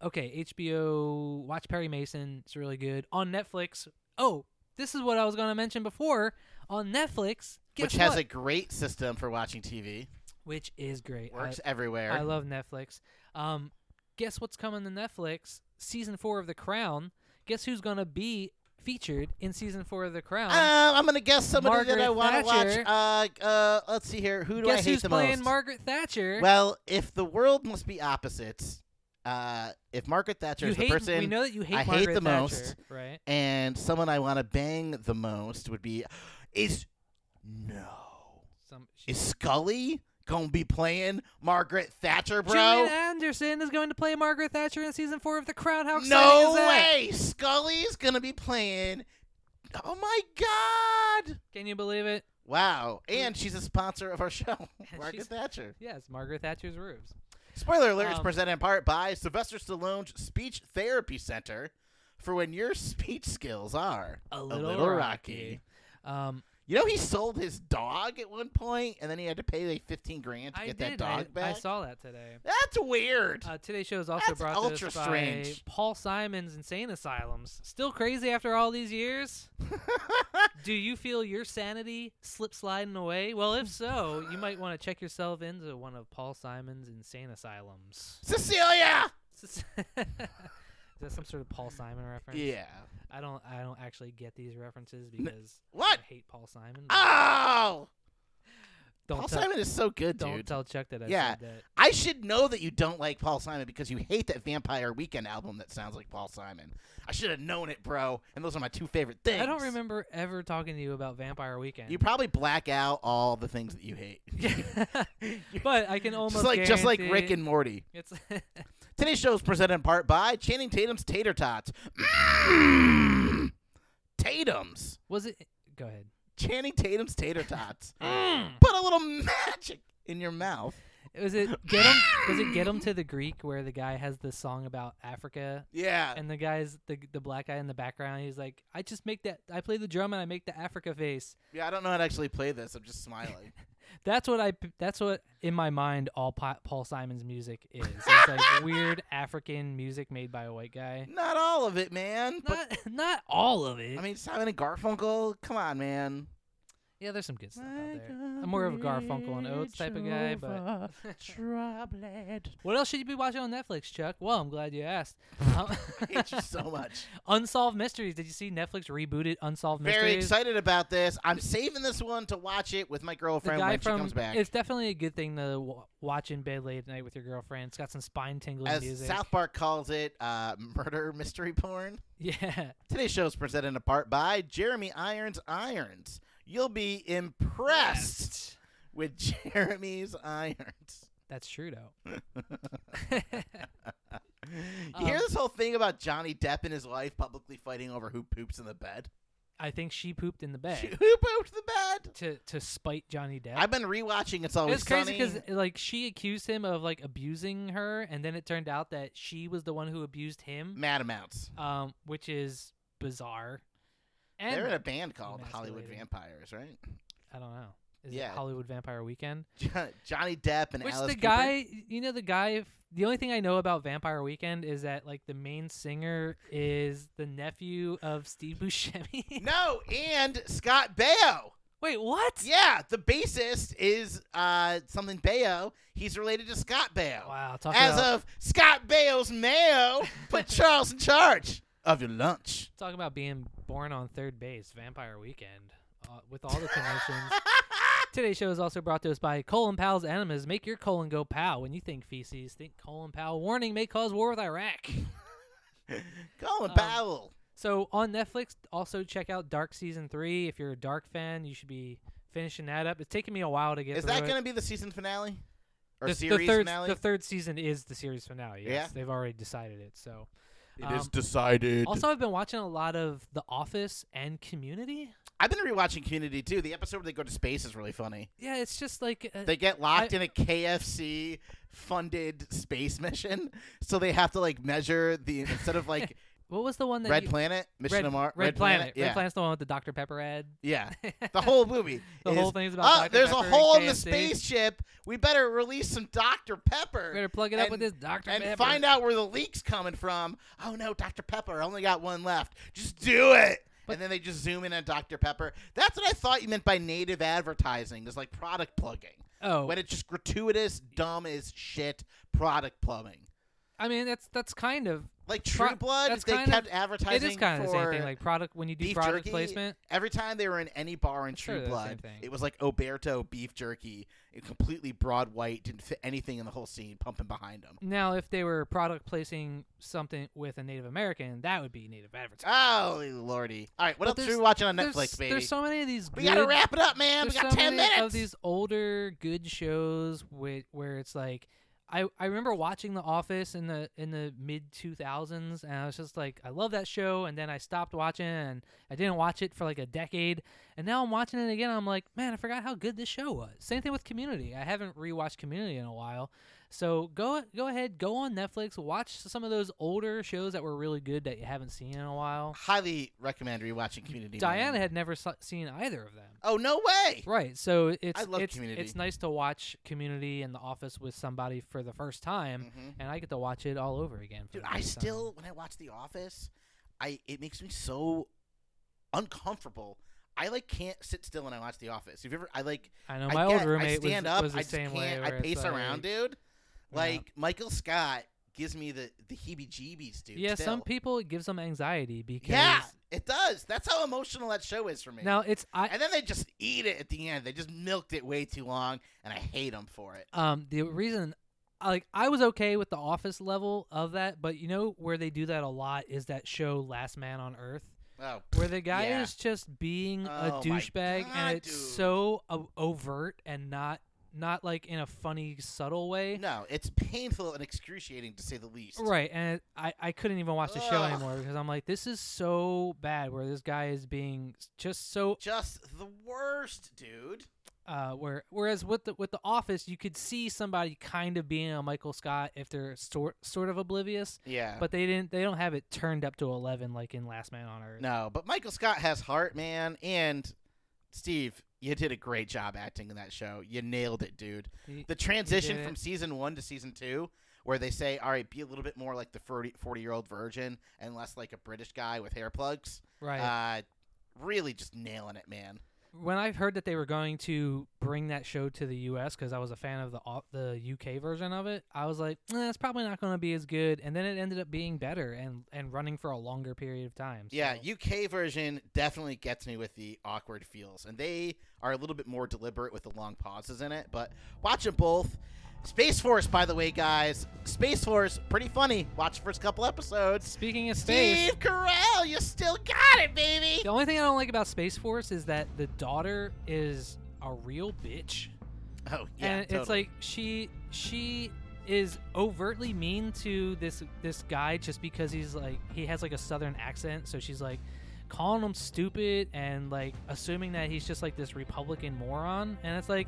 okay, HBO. Watch Perry Mason. It's really good on Netflix. Oh, This is what I was going to mention before on Netflix. Guess
which has
what?
a great system for watching TV.
which is great. I,
Works everywhere.
I love Netflix. Um, guess what's coming to Netflix? Season four of The Crown. Guess who's going to be featured in season four of The Crown?
Um, I'm gonna guess somebody that I
Margaret
want to
Thatcher.
watch. Uh, uh, let's see here. Who do
guess
I hate
who's
the
playing
most?
Margaret Thatcher?
well, if the world must be opposites, uh, if Margaret Thatcher
you
is the
hate.
person
we know that you hate
I hate
Margaret
the
Thatcher,
most.
right?
and someone I want to bang the most would be, is no,
Some, she,
is Scully gonna be playing Margaret Thatcher, bro?
Gillian Anderson is going to play Margaret Thatcher in season four of The Crown. How exciting
no
is that?
way, Scully's gonna be playing. Oh my god!
Can you believe it?
Wow, and she's a sponsor of our show, Margaret
she's-
Thatcher.
Yes, Margaret Thatcher's rubes.
Spoiler alert is
Um,
presented in part by Sylvester Stallone's Speech Therapy Center for when your speech skills are
Um,
You know, he sold his dog at one point, and then he had to pay like fifteen grand to
I
get
did.
that dog
I, I
back.
saw that today.
That's weird.
Uh, today's show is also
That's
brought to
ultra
us by
strange.
Paul Simon's Insane Asylums. Still crazy after all these years? Do you feel your sanity slip sliding away? Well, if so, you might want to check yourself into one of Paul Simon's Insane Asylums.
Cecilia.
Is that some sort of Paul Simon reference?
Yeah.
I don't. I don't actually get these references because
What?
I hate Paul Simon. but
Oh,
don't
Paul
tell,
Simon is so good,
Don't
dude.
tell Chuck that I
Yeah.
said that.
I should know that you don't like Paul Simon because you hate that Vampire Weekend album that sounds like Paul Simon. I should have known it, bro. And those are my two favorite things.
I don't remember ever talking to you about Vampire Weekend.
You probably black out all the things that you hate.
but I can almost
just like just like Rick
guarantee-
and Morty.
It's
Today's show is presented in part by Channing Tatum's Tater Tots. Mm. Tatum's.
was it? Go ahead.
Channing Tatum's Tater Tots.
Mm.
Put a little magic in your mouth.
Was it get 'em? Was it get 'em to the Greek where the guy has this song about Africa
Yeah.
and the guy's the the black guy in the background? He's like, I just make that. I play the drum and I make the Africa face.
Yeah, I don't know how to actually play this. I'm just smiling.
That's what I. p- That's what in my mind all pa- Paul Simon's music is. It's like weird African music made by a white guy.
Not all of it, man. But
Not not all of it.
I mean Simon and Garfunkel, come on, man.
yeah, there's some good stuff out there. I'm more of a Garfunkel and Oates type of guy, but what else should you be watching on Netflix, Chuck? Well, I'm glad you asked. Um,
I hate you so much.
Unsolved Mysteries. Did you see Netflix rebooted Unsolved Mysteries?
Very excited about this. I'm saving this one to watch it with my
The
girlfriend
guy
when she
from
comes back.
it's definitely a good thing to w- watch in bed late at night with your girlfriend. It's got some spine tingling
As
music.
South Park calls it, uh, murder mystery porn.
yeah,
Today's show is presented in part by Jeremy Irons Irons. You'll be impressed with Jeremy's irons.
that's true though.
You hear
Um,
this whole thing about Johnny Depp and his wife publicly fighting over who poops in the bed?
I think she pooped in the
She-
bed
Who pooped the bed?
to to spite Johnny Depp.
I've been rewatching It's Always
it's
Sunny.
crazy because like she accused him of like abusing her, and then it turned out that she was the one who abused him,
Mad Amounts.
um, which is bizarre. And
They're in a band called Hollywood
emasculating.
Vampires, right?
I don't know. Is
Yeah.
it Hollywood Vampire Weekend?
Jo- Johnny Depp and
Which
Alice
the guy, you know, the guy. The only thing I know about Vampire Weekend is that like the main singer is the nephew of Steve Buscemi.
Cooper. No, and Scott Baio.
Wait, what?
Yeah, the bassist is uh, something Bayo. He's related to Scott Bayo.
Wow, talk
As
about
of Scott Bayo's mayo, put Charles in charge of your lunch.
talk about being born on third base. Vampire Weekend uh, with all the connections. Today's show is also brought to us by Colin Powell's Enemas. Make your colon go pow. When you think feces, think Colin Powell. Warning may cause war with Iraq.
Colin
Um,
Powell.
So on Netflix, also check out Dark Season 3. If you're a Dark fan, you should be finishing that up. It's taken me a while to get
Is
through
that
it.
going to be the season finale? Or
the, the
series
third,
finale?
The third season is the series finale. Yes,
Yeah?
they've already decided it. So
It
um,
is decided.
also, I've been watching a lot of The Office and Community.
I've been rewatching Community too. The episode where they go to space is really funny.
Yeah, it's just like uh,
They get locked
I-
in a KFC funded space mission, so they have to like measure the instead of like
what was the one that
Red
you,
Planet Mission to Mars.
Red, Planet.
Yeah.
Red Planet's the one with the Dr Pepper ad.
Yeah, the whole movie.
The
is,
whole thing's about
"Oh,
Dr.
there's
Pepper
a
and
hole in the
KFC."
spaceship. We better release some Dr. Pepper.
We better plug it up with
and-
this Dr
and
Pepper
find out where the leak's coming from. Oh no, Dr. Pepper, I only got one left. Just do it. and then they just zoom in on Dr. Pepper. That's what I thought you meant by native advertising, is like product plugging.
Oh,
When it's just gratuitous, dumb as shit product plumbing.
I mean that's that's kind of
Like True
Pro-
Blood,
that's
they
kind of-
kept advertising
it is kind of the same
for
thing. Like product when you do
beef
product
jerky.
placement.
Every time they were in any bar in True
sort of the same
Blood,
thing.
it was like Oberto beef jerky, it completely broad white, didn't fit anything in the whole scene, pumping behind them.
Now, if they were product placing something with a Native American, that would be Native advertising.
Oh lordy! All right, what
But
else are
there's-
we watching on
there's,
Netflix, baby?
There's so many of these.
we
good,
gotta wrap it up, man. We
there's
got
so
ten
many
minutes.
of these older good shows where where it's like. I, I remember watching The Office in the in the mid 2000s and I was just like I love that show and then I stopped watching and I didn't watch it for like a decade and now I'm watching it again I'm like man I forgot how good this show was same thing with Community I haven't rewatched Community in a while so go go ahead go on Netflix watch some of those older shows that were really good that you haven't seen in a while
Highly recommend rewatching Community.
Diana
man.
had never so- seen either of them
Oh no way!
Right. So it's
love
it's,
Community.
it's nice to watch Community and The Office with somebody for the first time,
Mhm.
and I get to watch it all over again. For
Dude,
the
I
first time.
still when I watch The Office, I it makes me so uncomfortable. I like can't sit still when I watch The Office. If you ever, I like
I know
I
my
get-
old roommate
I stand
was,
up.
was the
I just
same way.
can't.
where
I
it's
pace
like-
around, dude.
Yeah.
Like Michael Scott gives me the the heebie-jeebies, dude.
Yeah, some
still.
people it gives them anxiety because
Yeah, it does. That's how emotional that show is for me.
now it's I
and then they just eat it at the end. They just milked it way too long, and I hate them for it.
um the reason like I was okay with the Office level of that, but you know where they do that a lot is that show Last Man on Earth.
Oh,
where the guy
Yeah.
is just being
Oh my
a douchebag
God,
and it's
dude.
so o- overt and not not like in a funny subtle way
no, it's painful and excruciating to say the least.
right and it, i i couldn't even watch the show
Ugh.
anymore because i'm like this is so bad where this guy is being s- just so
Just the worst, dude.
uh where whereas with the with the office you could see somebody kind of being a michael scott if they're sort sort of oblivious
Yeah.
but they didn't they don't have it turned up to 11 like in last man on earth
no, but Michael Scott has heart, man. And Steve, you did a great job acting in that show. You nailed it, dude.
He-
The transition
did
from
it.
season one to season two, where they say, all right, be a little bit more like the 40 year old virgin and less like a British guy with hair plugs.
right
Uh, really just nailing it, man.
when I heard that they were going to bring that show to the U.S. because I was a fan of the au- the UK version of it, I was like, eh, it's probably not going to be as good. And then it ended up being better and and running for a longer period of time.
Yeah,
so-
UK version definitely gets me with the awkward feels, and they are a little bit more deliberate with the long pauses in it. But watch them both. Space Force, by the way, guys. Space Force, pretty funny. Watch the first couple episodes.
Speaking of space,
Steve Carell, you still got it, baby.
the only thing I don't like about Space Force is that the daughter is a real bitch,
Oh yeah,
and it's
totally.
like she she is overtly mean to this this guy just because he's like he has like a southern accent so she's like calling him stupid and like assuming that he's just like this republican moron and it's like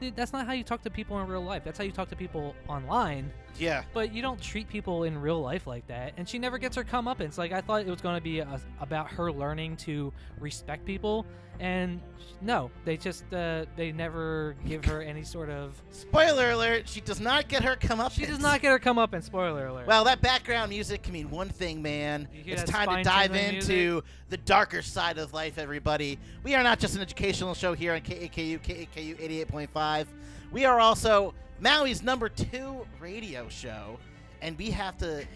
dude, that's not how you talk to people in real life that's how you talk to people online
yeah.
but you don't treat people in real life like that and she never gets her come up it's like i thought it was going to be a, about her learning to respect people and no they just uh, they never give her any sort of
Spoiler alert: She does not get her come up.
she does not get her come up in spoiler alert
Well, that background music can mean one thing, man.
You hear
It's
that
time to
spine
dive
tingling
into the darker side of life, everybody. We are not just an educational show here on KAKU, KAKU 88.5. We are also Maui's number two radio show, and we have to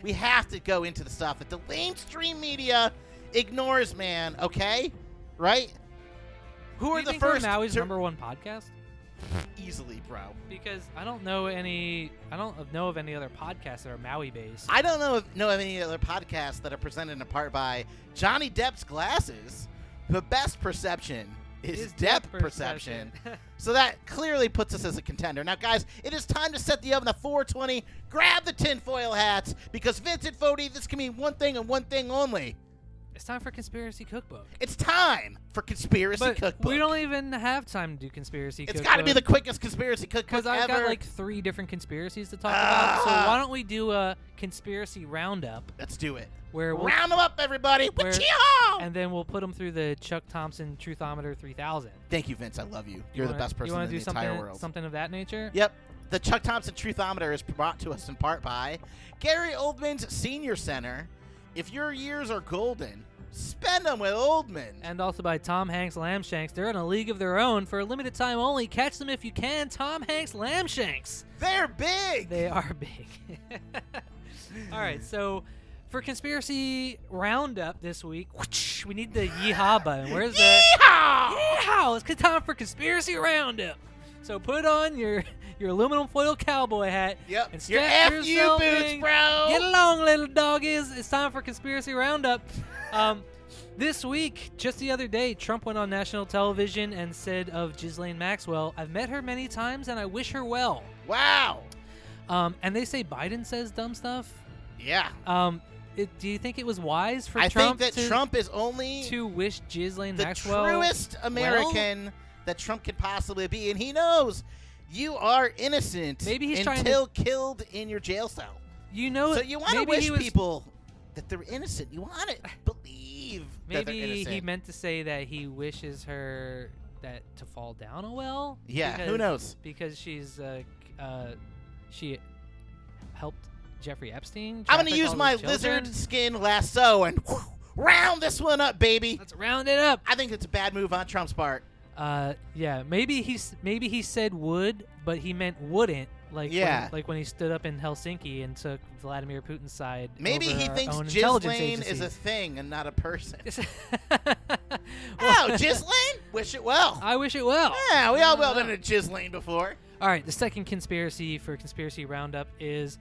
we have to go into the stuff that the mainstream media ignores, man. Okay, right? Who
Do
are
you
the
think
first?
we're Maui's
to-
number one podcast
easily, bro.
because i don't know any i don't know of any other podcasts that are maui based
I don't know if, know of any other podcasts that are presented in part by Johnny Depp's glasses. The best perception is, depth, perception. So that clearly puts us as a contender. Now, guys, it is time to set the oven to 420. Grab the tinfoil hats because Vincent Fodi, this can mean one thing and one thing only.
it's time for conspiracy cookbook
It's time for conspiracy
but
cookbook.
we don't even have time to do conspiracy
it's
cookbook
got to be the quickest conspiracy cookbook
Because I've
ever.
got like three different conspiracies to talk about, so
Ah.
why don't we do a conspiracy roundup
Let's do it.
where we'll,
Round them up, everybody.
Where-
Wachee-haw!
and then we'll put them through the Chuck Thompson Truthometer 3000.
Thank you, Vince. I love you. You're the
wanna-
best person
you wanna
in
do
the
something,
entire world.
Something of that nature.
Yep. The Chuck Thompson Truthometer is brought to us in part by Gary Oldman's Senior Center. If your years are golden, Spend them with Oldman.
And also by Tom Hanks Lamshanks. They're in a league of their own for a limited time only. Catch them if you can. Tom Hanks Lamshanks.
They're big.
They are big. All right, so for conspiracy roundup this week, whoosh, we need the yeehaw button. Where's the
Yeehaw!
yeehaw? It's time for conspiracy roundup. So put on your your aluminum foil cowboy hat.
Yep.
And
Your
strap
FU
yourself
boots,
in.
bro.
Get along, little doggies. It's time for conspiracy roundup. Um, this week, just the other day, Trump went on national television and said of Ghislaine Maxwell, "I've met her many times and I wish her well."
wow.
Um, and they say Biden says dumb stuff.
Yeah.
Um, it, do you think it was wise for
I
Trump
think that
to,
Trump is only
to wish Ghislaine
the
Maxwell?
truest American that Trump could possibly be, and he knows you are innocent
Maybe he's trying to-
until killed in your jail cell.
You know,
So you want to
maybe
wish
he was,
people that they're innocent. You want to believe that they're
Maybe
innocent.
he meant to say that he wishes her that to fall down a well.
yeah, who
because-
knows?
Because she's uh, c- uh, she helped Jeffrey Epstein.
I'm
traffic
gonna use
all
my
those children.
lizard skin lasso and whew, round this one up, baby.
Let's round it up.
I think it's a bad move on Trump's part.
Uh, yeah, maybe he's maybe he said would, but he meant wouldn't. Like
Yeah.
when, like when he stood up in Helsinki and took Vladimir Putin's side.
Maybe
over
he
our
thinks
own intelligence
Ghislaine is a
agencies.
thing and not a person.
Well,
oh, Ghislaine? Wish it well.
I Uh-huh. wish it well.
yeah, we all
I don't
well been
know.
to Ghislaine before.
All right, the second conspiracy for conspiracy roundup is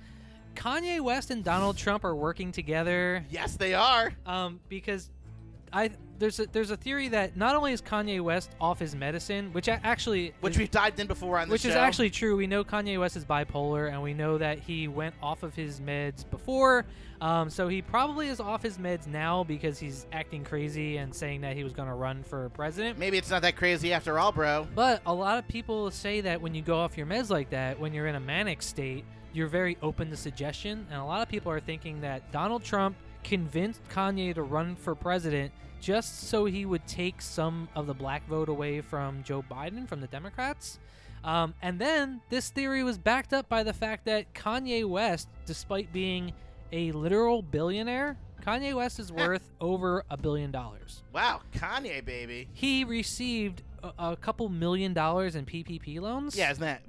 Kanye West and Donald Trump are working together
Yes, they are.
um, because I there's a, there's a theory that not only is Kanye West off his medicine, which a- actually
Which we've dived in before on the
which
show.
is actually true. We know Kanye West is bipolar, and we know that he went off of his meds before. Um, so he probably is off his meds now because he's acting crazy and saying that he was going to run for president.
Maybe it's not that crazy after all, bro.
But a lot of people say that when you go off your meds like that, when you're in a manic state, you're very open to suggestion. And a lot of people are thinking that Donald Trump convinced Kanye to run for president just so he would take some of the black vote away from Joe Biden, from the Democrats. Um, and then this theory was backed up by the fact that Kanye West, despite being a literal billionaire, Kanye West is worth over a billion dollars
Wow, Kanye, baby.
he received a, a couple million dollars in PPP loans.
Yeah, isn't that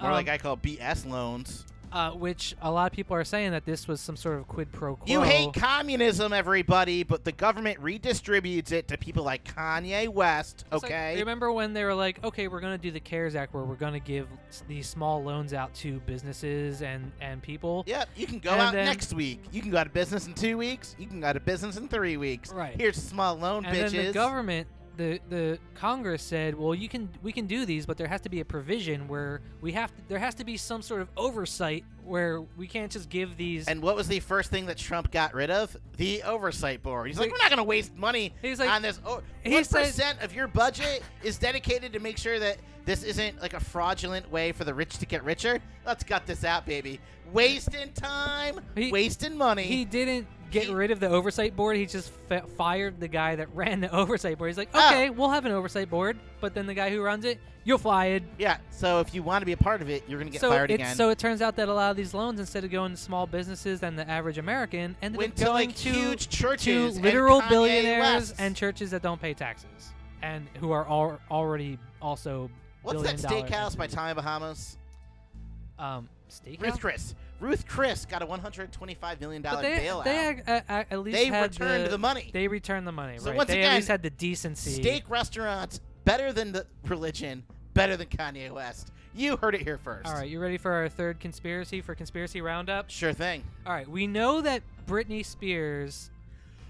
more
Um,
like I call BS loans?
uh, which a lot of people are saying that this was some sort of quid pro quo.
You hate communism, everybody, but the government redistributes it to people like Kanye West,
It's like-
okay?
remember when they were like, "Okay, we're going to do the CARES Act, where we're going to give s- these small loans out to businesses and and people."
Yep, you can go
And
out
then-
next week. You can go out of business in two weeks. You can go out of business in three weeks.
Right.
Here's a small loan,
and
bitches.
then the government, the the Congress said, "Well, you can we can do these, but there has to be a provision where we have to, there has to be some sort of oversight where we can't just give these."
and what was the first thing that Trump got rid of? The oversight board. He's like,
Wait.
we're not going to waste money
He's like-
on this. Oh,
he
what
said-
percent of your budget is dedicated to make sure that this isn't like a fraudulent way for the rich to get richer? Let's cut this out, baby. Wasting time,
He-
wasting money.
He didn't get
He-
rid of the oversight board. He just fa fired the guy that ran the oversight board. He's like,
Ah.
okay, we'll have an oversight board, but then the guy who runs it, you're fired.
yeah, so if you want to be a part of it, you're going to get
so
fired
it's-
again.
so it turns out that a lot of these loans, instead of going to small businesses and the average American, ended
Went
up
to
going
like
to
huge
to
churches, and
literal
Kanye
billionaires
Wests.
and churches that don't pay taxes and who are al- already also
What's that
billion dollar
steakhouse by
entities.
Tommy Bahamas?
um
Ruth
steakhouse.
Chris. Ruth Chris got a $125 million
But they,
bailout.
they ac- a- a- at least
They
had
returned the money.
They returned the money.
So
right.
once
they
again,
at least had the decency.
Steak restaurants better than the religion, better than Kanye West. You heard it here first.
All right, you ready for our third conspiracy for conspiracy roundup?
Sure thing.
All right, we know that Britney Spears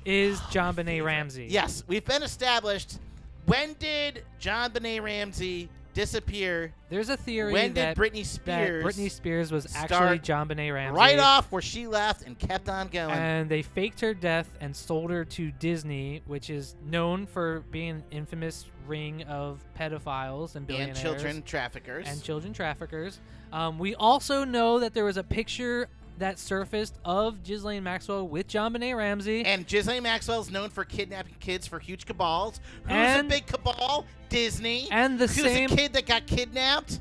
is
Oh,
John Benet Ramsey.
Yes, we've been established. When did John Benet Ramsey disappear?
There's a theory
when did
that,
Britney
that
Spears
Britney Spears was actually
start
John Benet Ramsey.
right off where she left and kept on going?
And they faked her death and sold her to Disney, which is known for being an infamous ring of pedophiles and
and
billionaires.
children traffickers.
and children traffickers. Um, we also know that there was a picture that surfaced of Ghislaine Maxwell with John Benet Ramsey.
And Ghislaine Maxwell is known for kidnapping kids for huge cabals. Who's
And-
a big cabal? Disney.
and the
Who's
same
the kid that got kidnapped?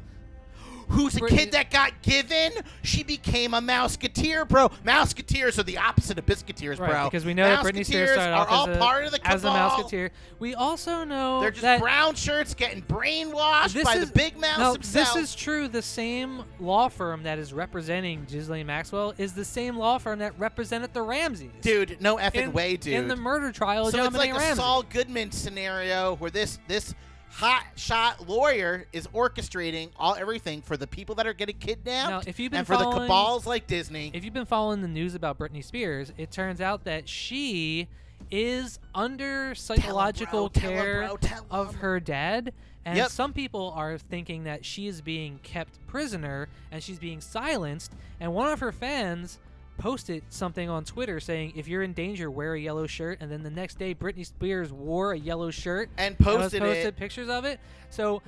who's a
Brit-
kid that got given? She became a mouseketeer, bro. Mouseketeers are the opposite of biscuiteers,
Right,
bro.
because we know that Britney Spears
Mouseketeers
started
are
off
all
as a,
part of the
as a
cabal.
Mouseketeer. We also know
They're just
that
brown shirts getting brainwashed
this
by
is,
the big mouse
no,
himself.
This is true. The same law firm that is representing Ghislaine Maxwell is the same law firm that represented the Ramses.
dude, no effing
in,
way, dude.
In the murder trial, of
so it's
Dominic
like a
Oh, Ramsey.
Saul Goodman scenario where this this hot shot lawyer is orchestrating all everything for the people that are getting kidnapped
Now, if you've been
and for the
following-
cabals like Disney.
If you've been following the news about Britney Spears, it turns out that she is under psychological
tell 'em,
care
bro, tell
of
'em.
her dad. And
Yep.
some people are thinking that she is being kept prisoner and she's being silenced. And one of her fans posted something on Twitter saying, If you're in danger, wear a yellow shirt. And then the next day, Britney Spears wore a yellow shirt
and
and
posted,
was posted
it.
pictures of it. So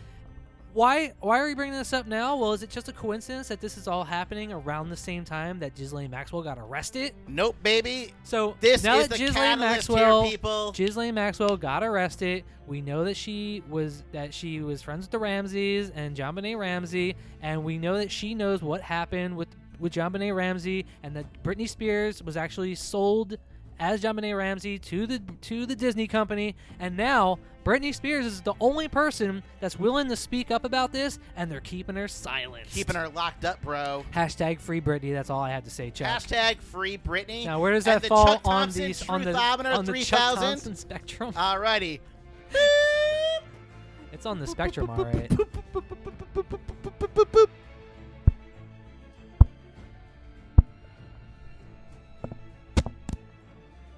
why why are we bringing this up now? Well, is it just a coincidence that this is all happening around the same time that Ghislaine Maxwell got arrested?
Nope, baby.
So
This
now
is
that
the
Ghislaine
catalyst
Maxwell
here, people.
Ghislaine Maxwell got arrested. We know that she was that she was friends with the Ramses and JonBenet Ramsey, and we know that she knows what happened with with JonBenet Ramsey, and that Britney Spears was actually sold as JonBenet Ramsey to the to the Disney company, and now Britney Spears is the only person that's willing to speak up about this, and they're keeping her silent.
Keeping her locked up, bro.
hashtag free Britney. That's all I have to say, Chuck.
Hashtag free Britney.
Now, where does
And
that
the
fall
Chuck
on
Thompson
the on the
Truthometer
on the Chuck
3000?
Thompson spectrum?
Uh, Alrighty.
It's on the spectrum, all right.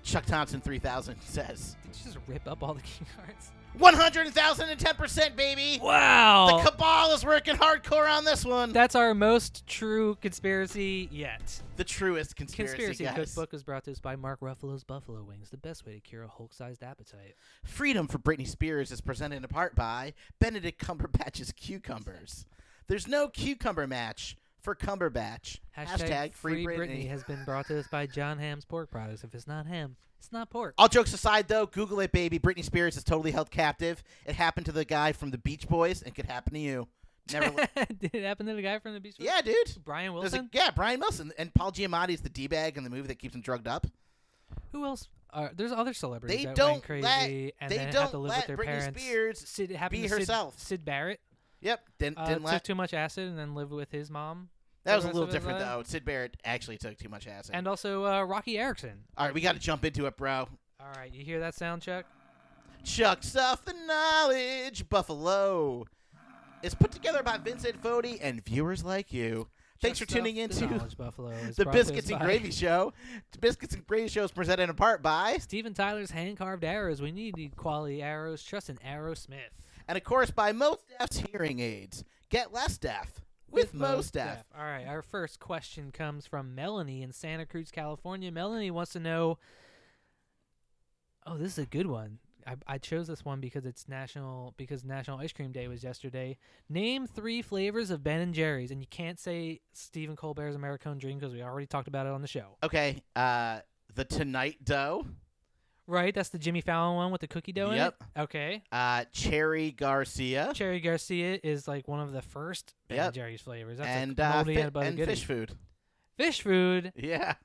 Chuck Thompson 3000 says
Did you just rip up all the key cards?
100,010%, baby.
Wow.
The cabal is working hardcore on this one.
That's our most true conspiracy yet.
the truest conspiracy,
Conspiracy
guys.
Cookbook is brought to us by Mark Ruffalo's Buffalo Wings, the best way to cure a Hulk-sized appetite.
Freedom for Britney Spears is presented in part by Benedict Cumberbatch's Cucumbers. There's no cucumber match for Cumberbatch.
Hashtag, Free Britney. has been brought to us by John Ham's Pork Products. If it's not ham, it's not pork.
All jokes aside, though, Google it, baby. Britney Spears is totally held captive. It happened to the guy from the Beach Boys. It could happen to you. Never.
Did it happen to the guy from the Beach Boys?
yeah, dude.
Brian
There's a,
Wilson?
yeah, Brian Wilson and Paul Giamatti's the d bag in the movie that keeps him drugged up.
Who else? Are, there's other celebrities
They
that
don't
went crazy
let-
and
they
then had
don't
to live
let
with their
Britney
parents.
Spears
Sid, it happened
be
to Sid-
herself.
Sid Barrett.
Yep, didn't
uh,
didn't
took
let.
too much acid and then lived with his mom.
That
the
was a
rest
little
of his
different
life.
though. Sid Barrett actually took too much acid.
And also uh, Rocky Erickson.
All right, we got to jump into it, bro.
All right, you hear that sound, Chuck?
Chuck's off the knowledge. Buffalo is put together by Vincent Fodi and viewers like you. Thanks
Chuck's
for tuning
Stuff,
into
the Knowledge Buffalo. is
the
brought to us
Biscuits and
by
Gravy Show. The Biscuits and Gravy Show is presented in part by,
Steven Tyler's hand carved arrows. We need the quality arrows. Trust an arrow smith.
and of course, by Most Deaf's Hearing Aids. Get less deaf with, Most Deaf.
All right, our first question comes from Melanie in Santa Cruz, California. Melanie wants to know. Oh, this is a good one. I, I chose this one because it's national because National Ice Cream Day was yesterday. Name three flavors of Ben and Jerry's, and you can't say Stephen Colbert's Americone Dream because we already talked about it on the show.
Okay, uh, the Tonight Dough,
Right, that's the Jimmy Fallon one with the cookie dough
Yep.
in it. Okay.
uh, Cherry Garcia,
Cherry Garcia is like one of the first Ben
Yep.
and Jerry's flavors. That's
and,
a
uh,
moldy
fi-
and, a
and
goodie.
fish food.
Fish food.
Yeah.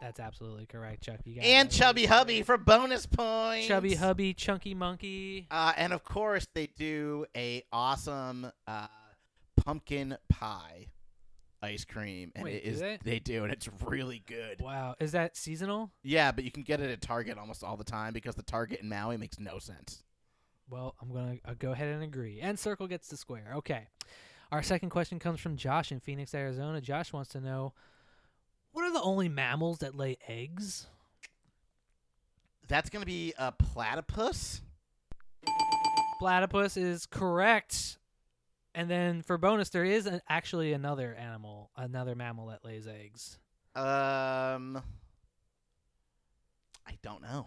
That's absolutely correct, Chuck. You got
And
that.
Chubby Hubby for bonus points.
Chubby Hubby, Chunky Monkey.
Uh, and of course, they do a awesome uh, pumpkin pie ice cream, and
Wait,
it
do
is
they?
do, and it's really good.
Wow, is that seasonal?
Yeah, but you can get it at Target almost all the time because the Target in Maui makes no sense.
Well, I'm gonna uh, go ahead and agree. And circle gets the square. Okay. Our second question comes from Josh in Phoenix, Arizona. Josh wants to know, what are the only mammals that lay eggs?
That's gonna be a platypus.
Platypus is correct. And then for bonus, there is an, actually another animal, another mammal that lays eggs.
Um, I don't know.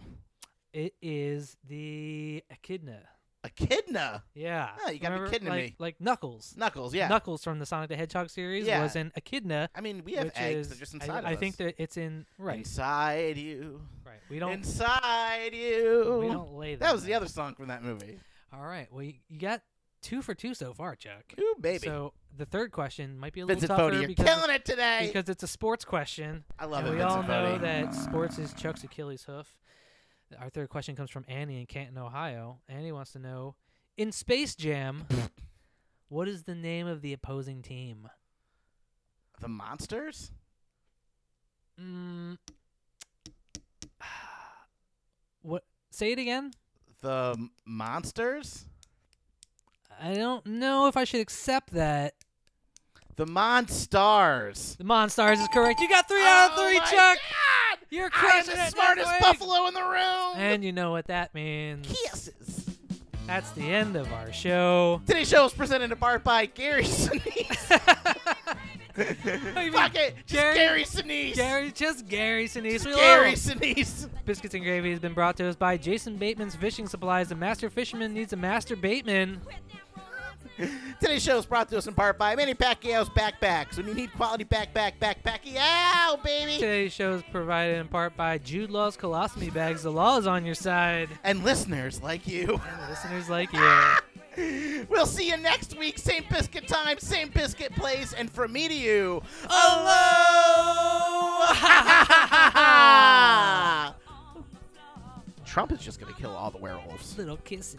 It is the echidna.
Echidna,
Yeah.
Oh, you gotta be
Remember,
kidding
like,
me.
Like Knuckles.
Knuckles. Yeah.
Knuckles from the Sonic the Hedgehog series
Yeah.
was an echidna.
I mean, we have
which
eggs.
is,
They're just
I-
inside of
I,
us.
think that it's in right,
inside you,
right. We don't
inside you.
we don't lay them.
that was the other song from that movie.
All right. Well, you, you got two for two so far, Chuck.
Ooh, baby.
So the third question might be a little
Vincent
tougher
Fodi, you're
because,
killing it today.
because it's a sports question.
I love
and
it,
we
Vincent
all know
Fodi.
that sports is Chuck's Achilles hoof. Our third question comes from Annie in Canton, Ohio. Annie wants to know in Space Jam, what is the name of the opposing team?
The monsters?
Mm. What? Say it again.
The m- monsters?
I don't know if I should accept that.
The Monstars.
The Monstars is correct. You got three out of
Oh
three,
my
Chuck.
God!
You're
I am
crushing
the
it,
smartest
Netflix.
buffalo in the room.
And you know what that means.
kisses.
That's the end of our show.
Today's show is presented in part by Gary Sinise.
mean
Fuck it, just Gary,
Gary-
Sinise.
Gary, just Gary Sinise. We love
Gary
him.
Sinise.
Biscuits and Gravy has been brought to us by Jason Bateman's Fishing Supplies. The master fisherman needs a master Bateman.
Today's show is brought to us in part by Manny Pacquiao's Backpacks. When you need quality backpack, backpacky, ow, baby.
Today's show is provided in part by Jude Law's Colostomy Bags. The law is on your side.
And listeners like you.
And listeners like you.
We'll see you next week. Same biscuit time, same biscuit place, and from me to you. Aloha! Trump is just going to kill all the werewolves.
Little kisses.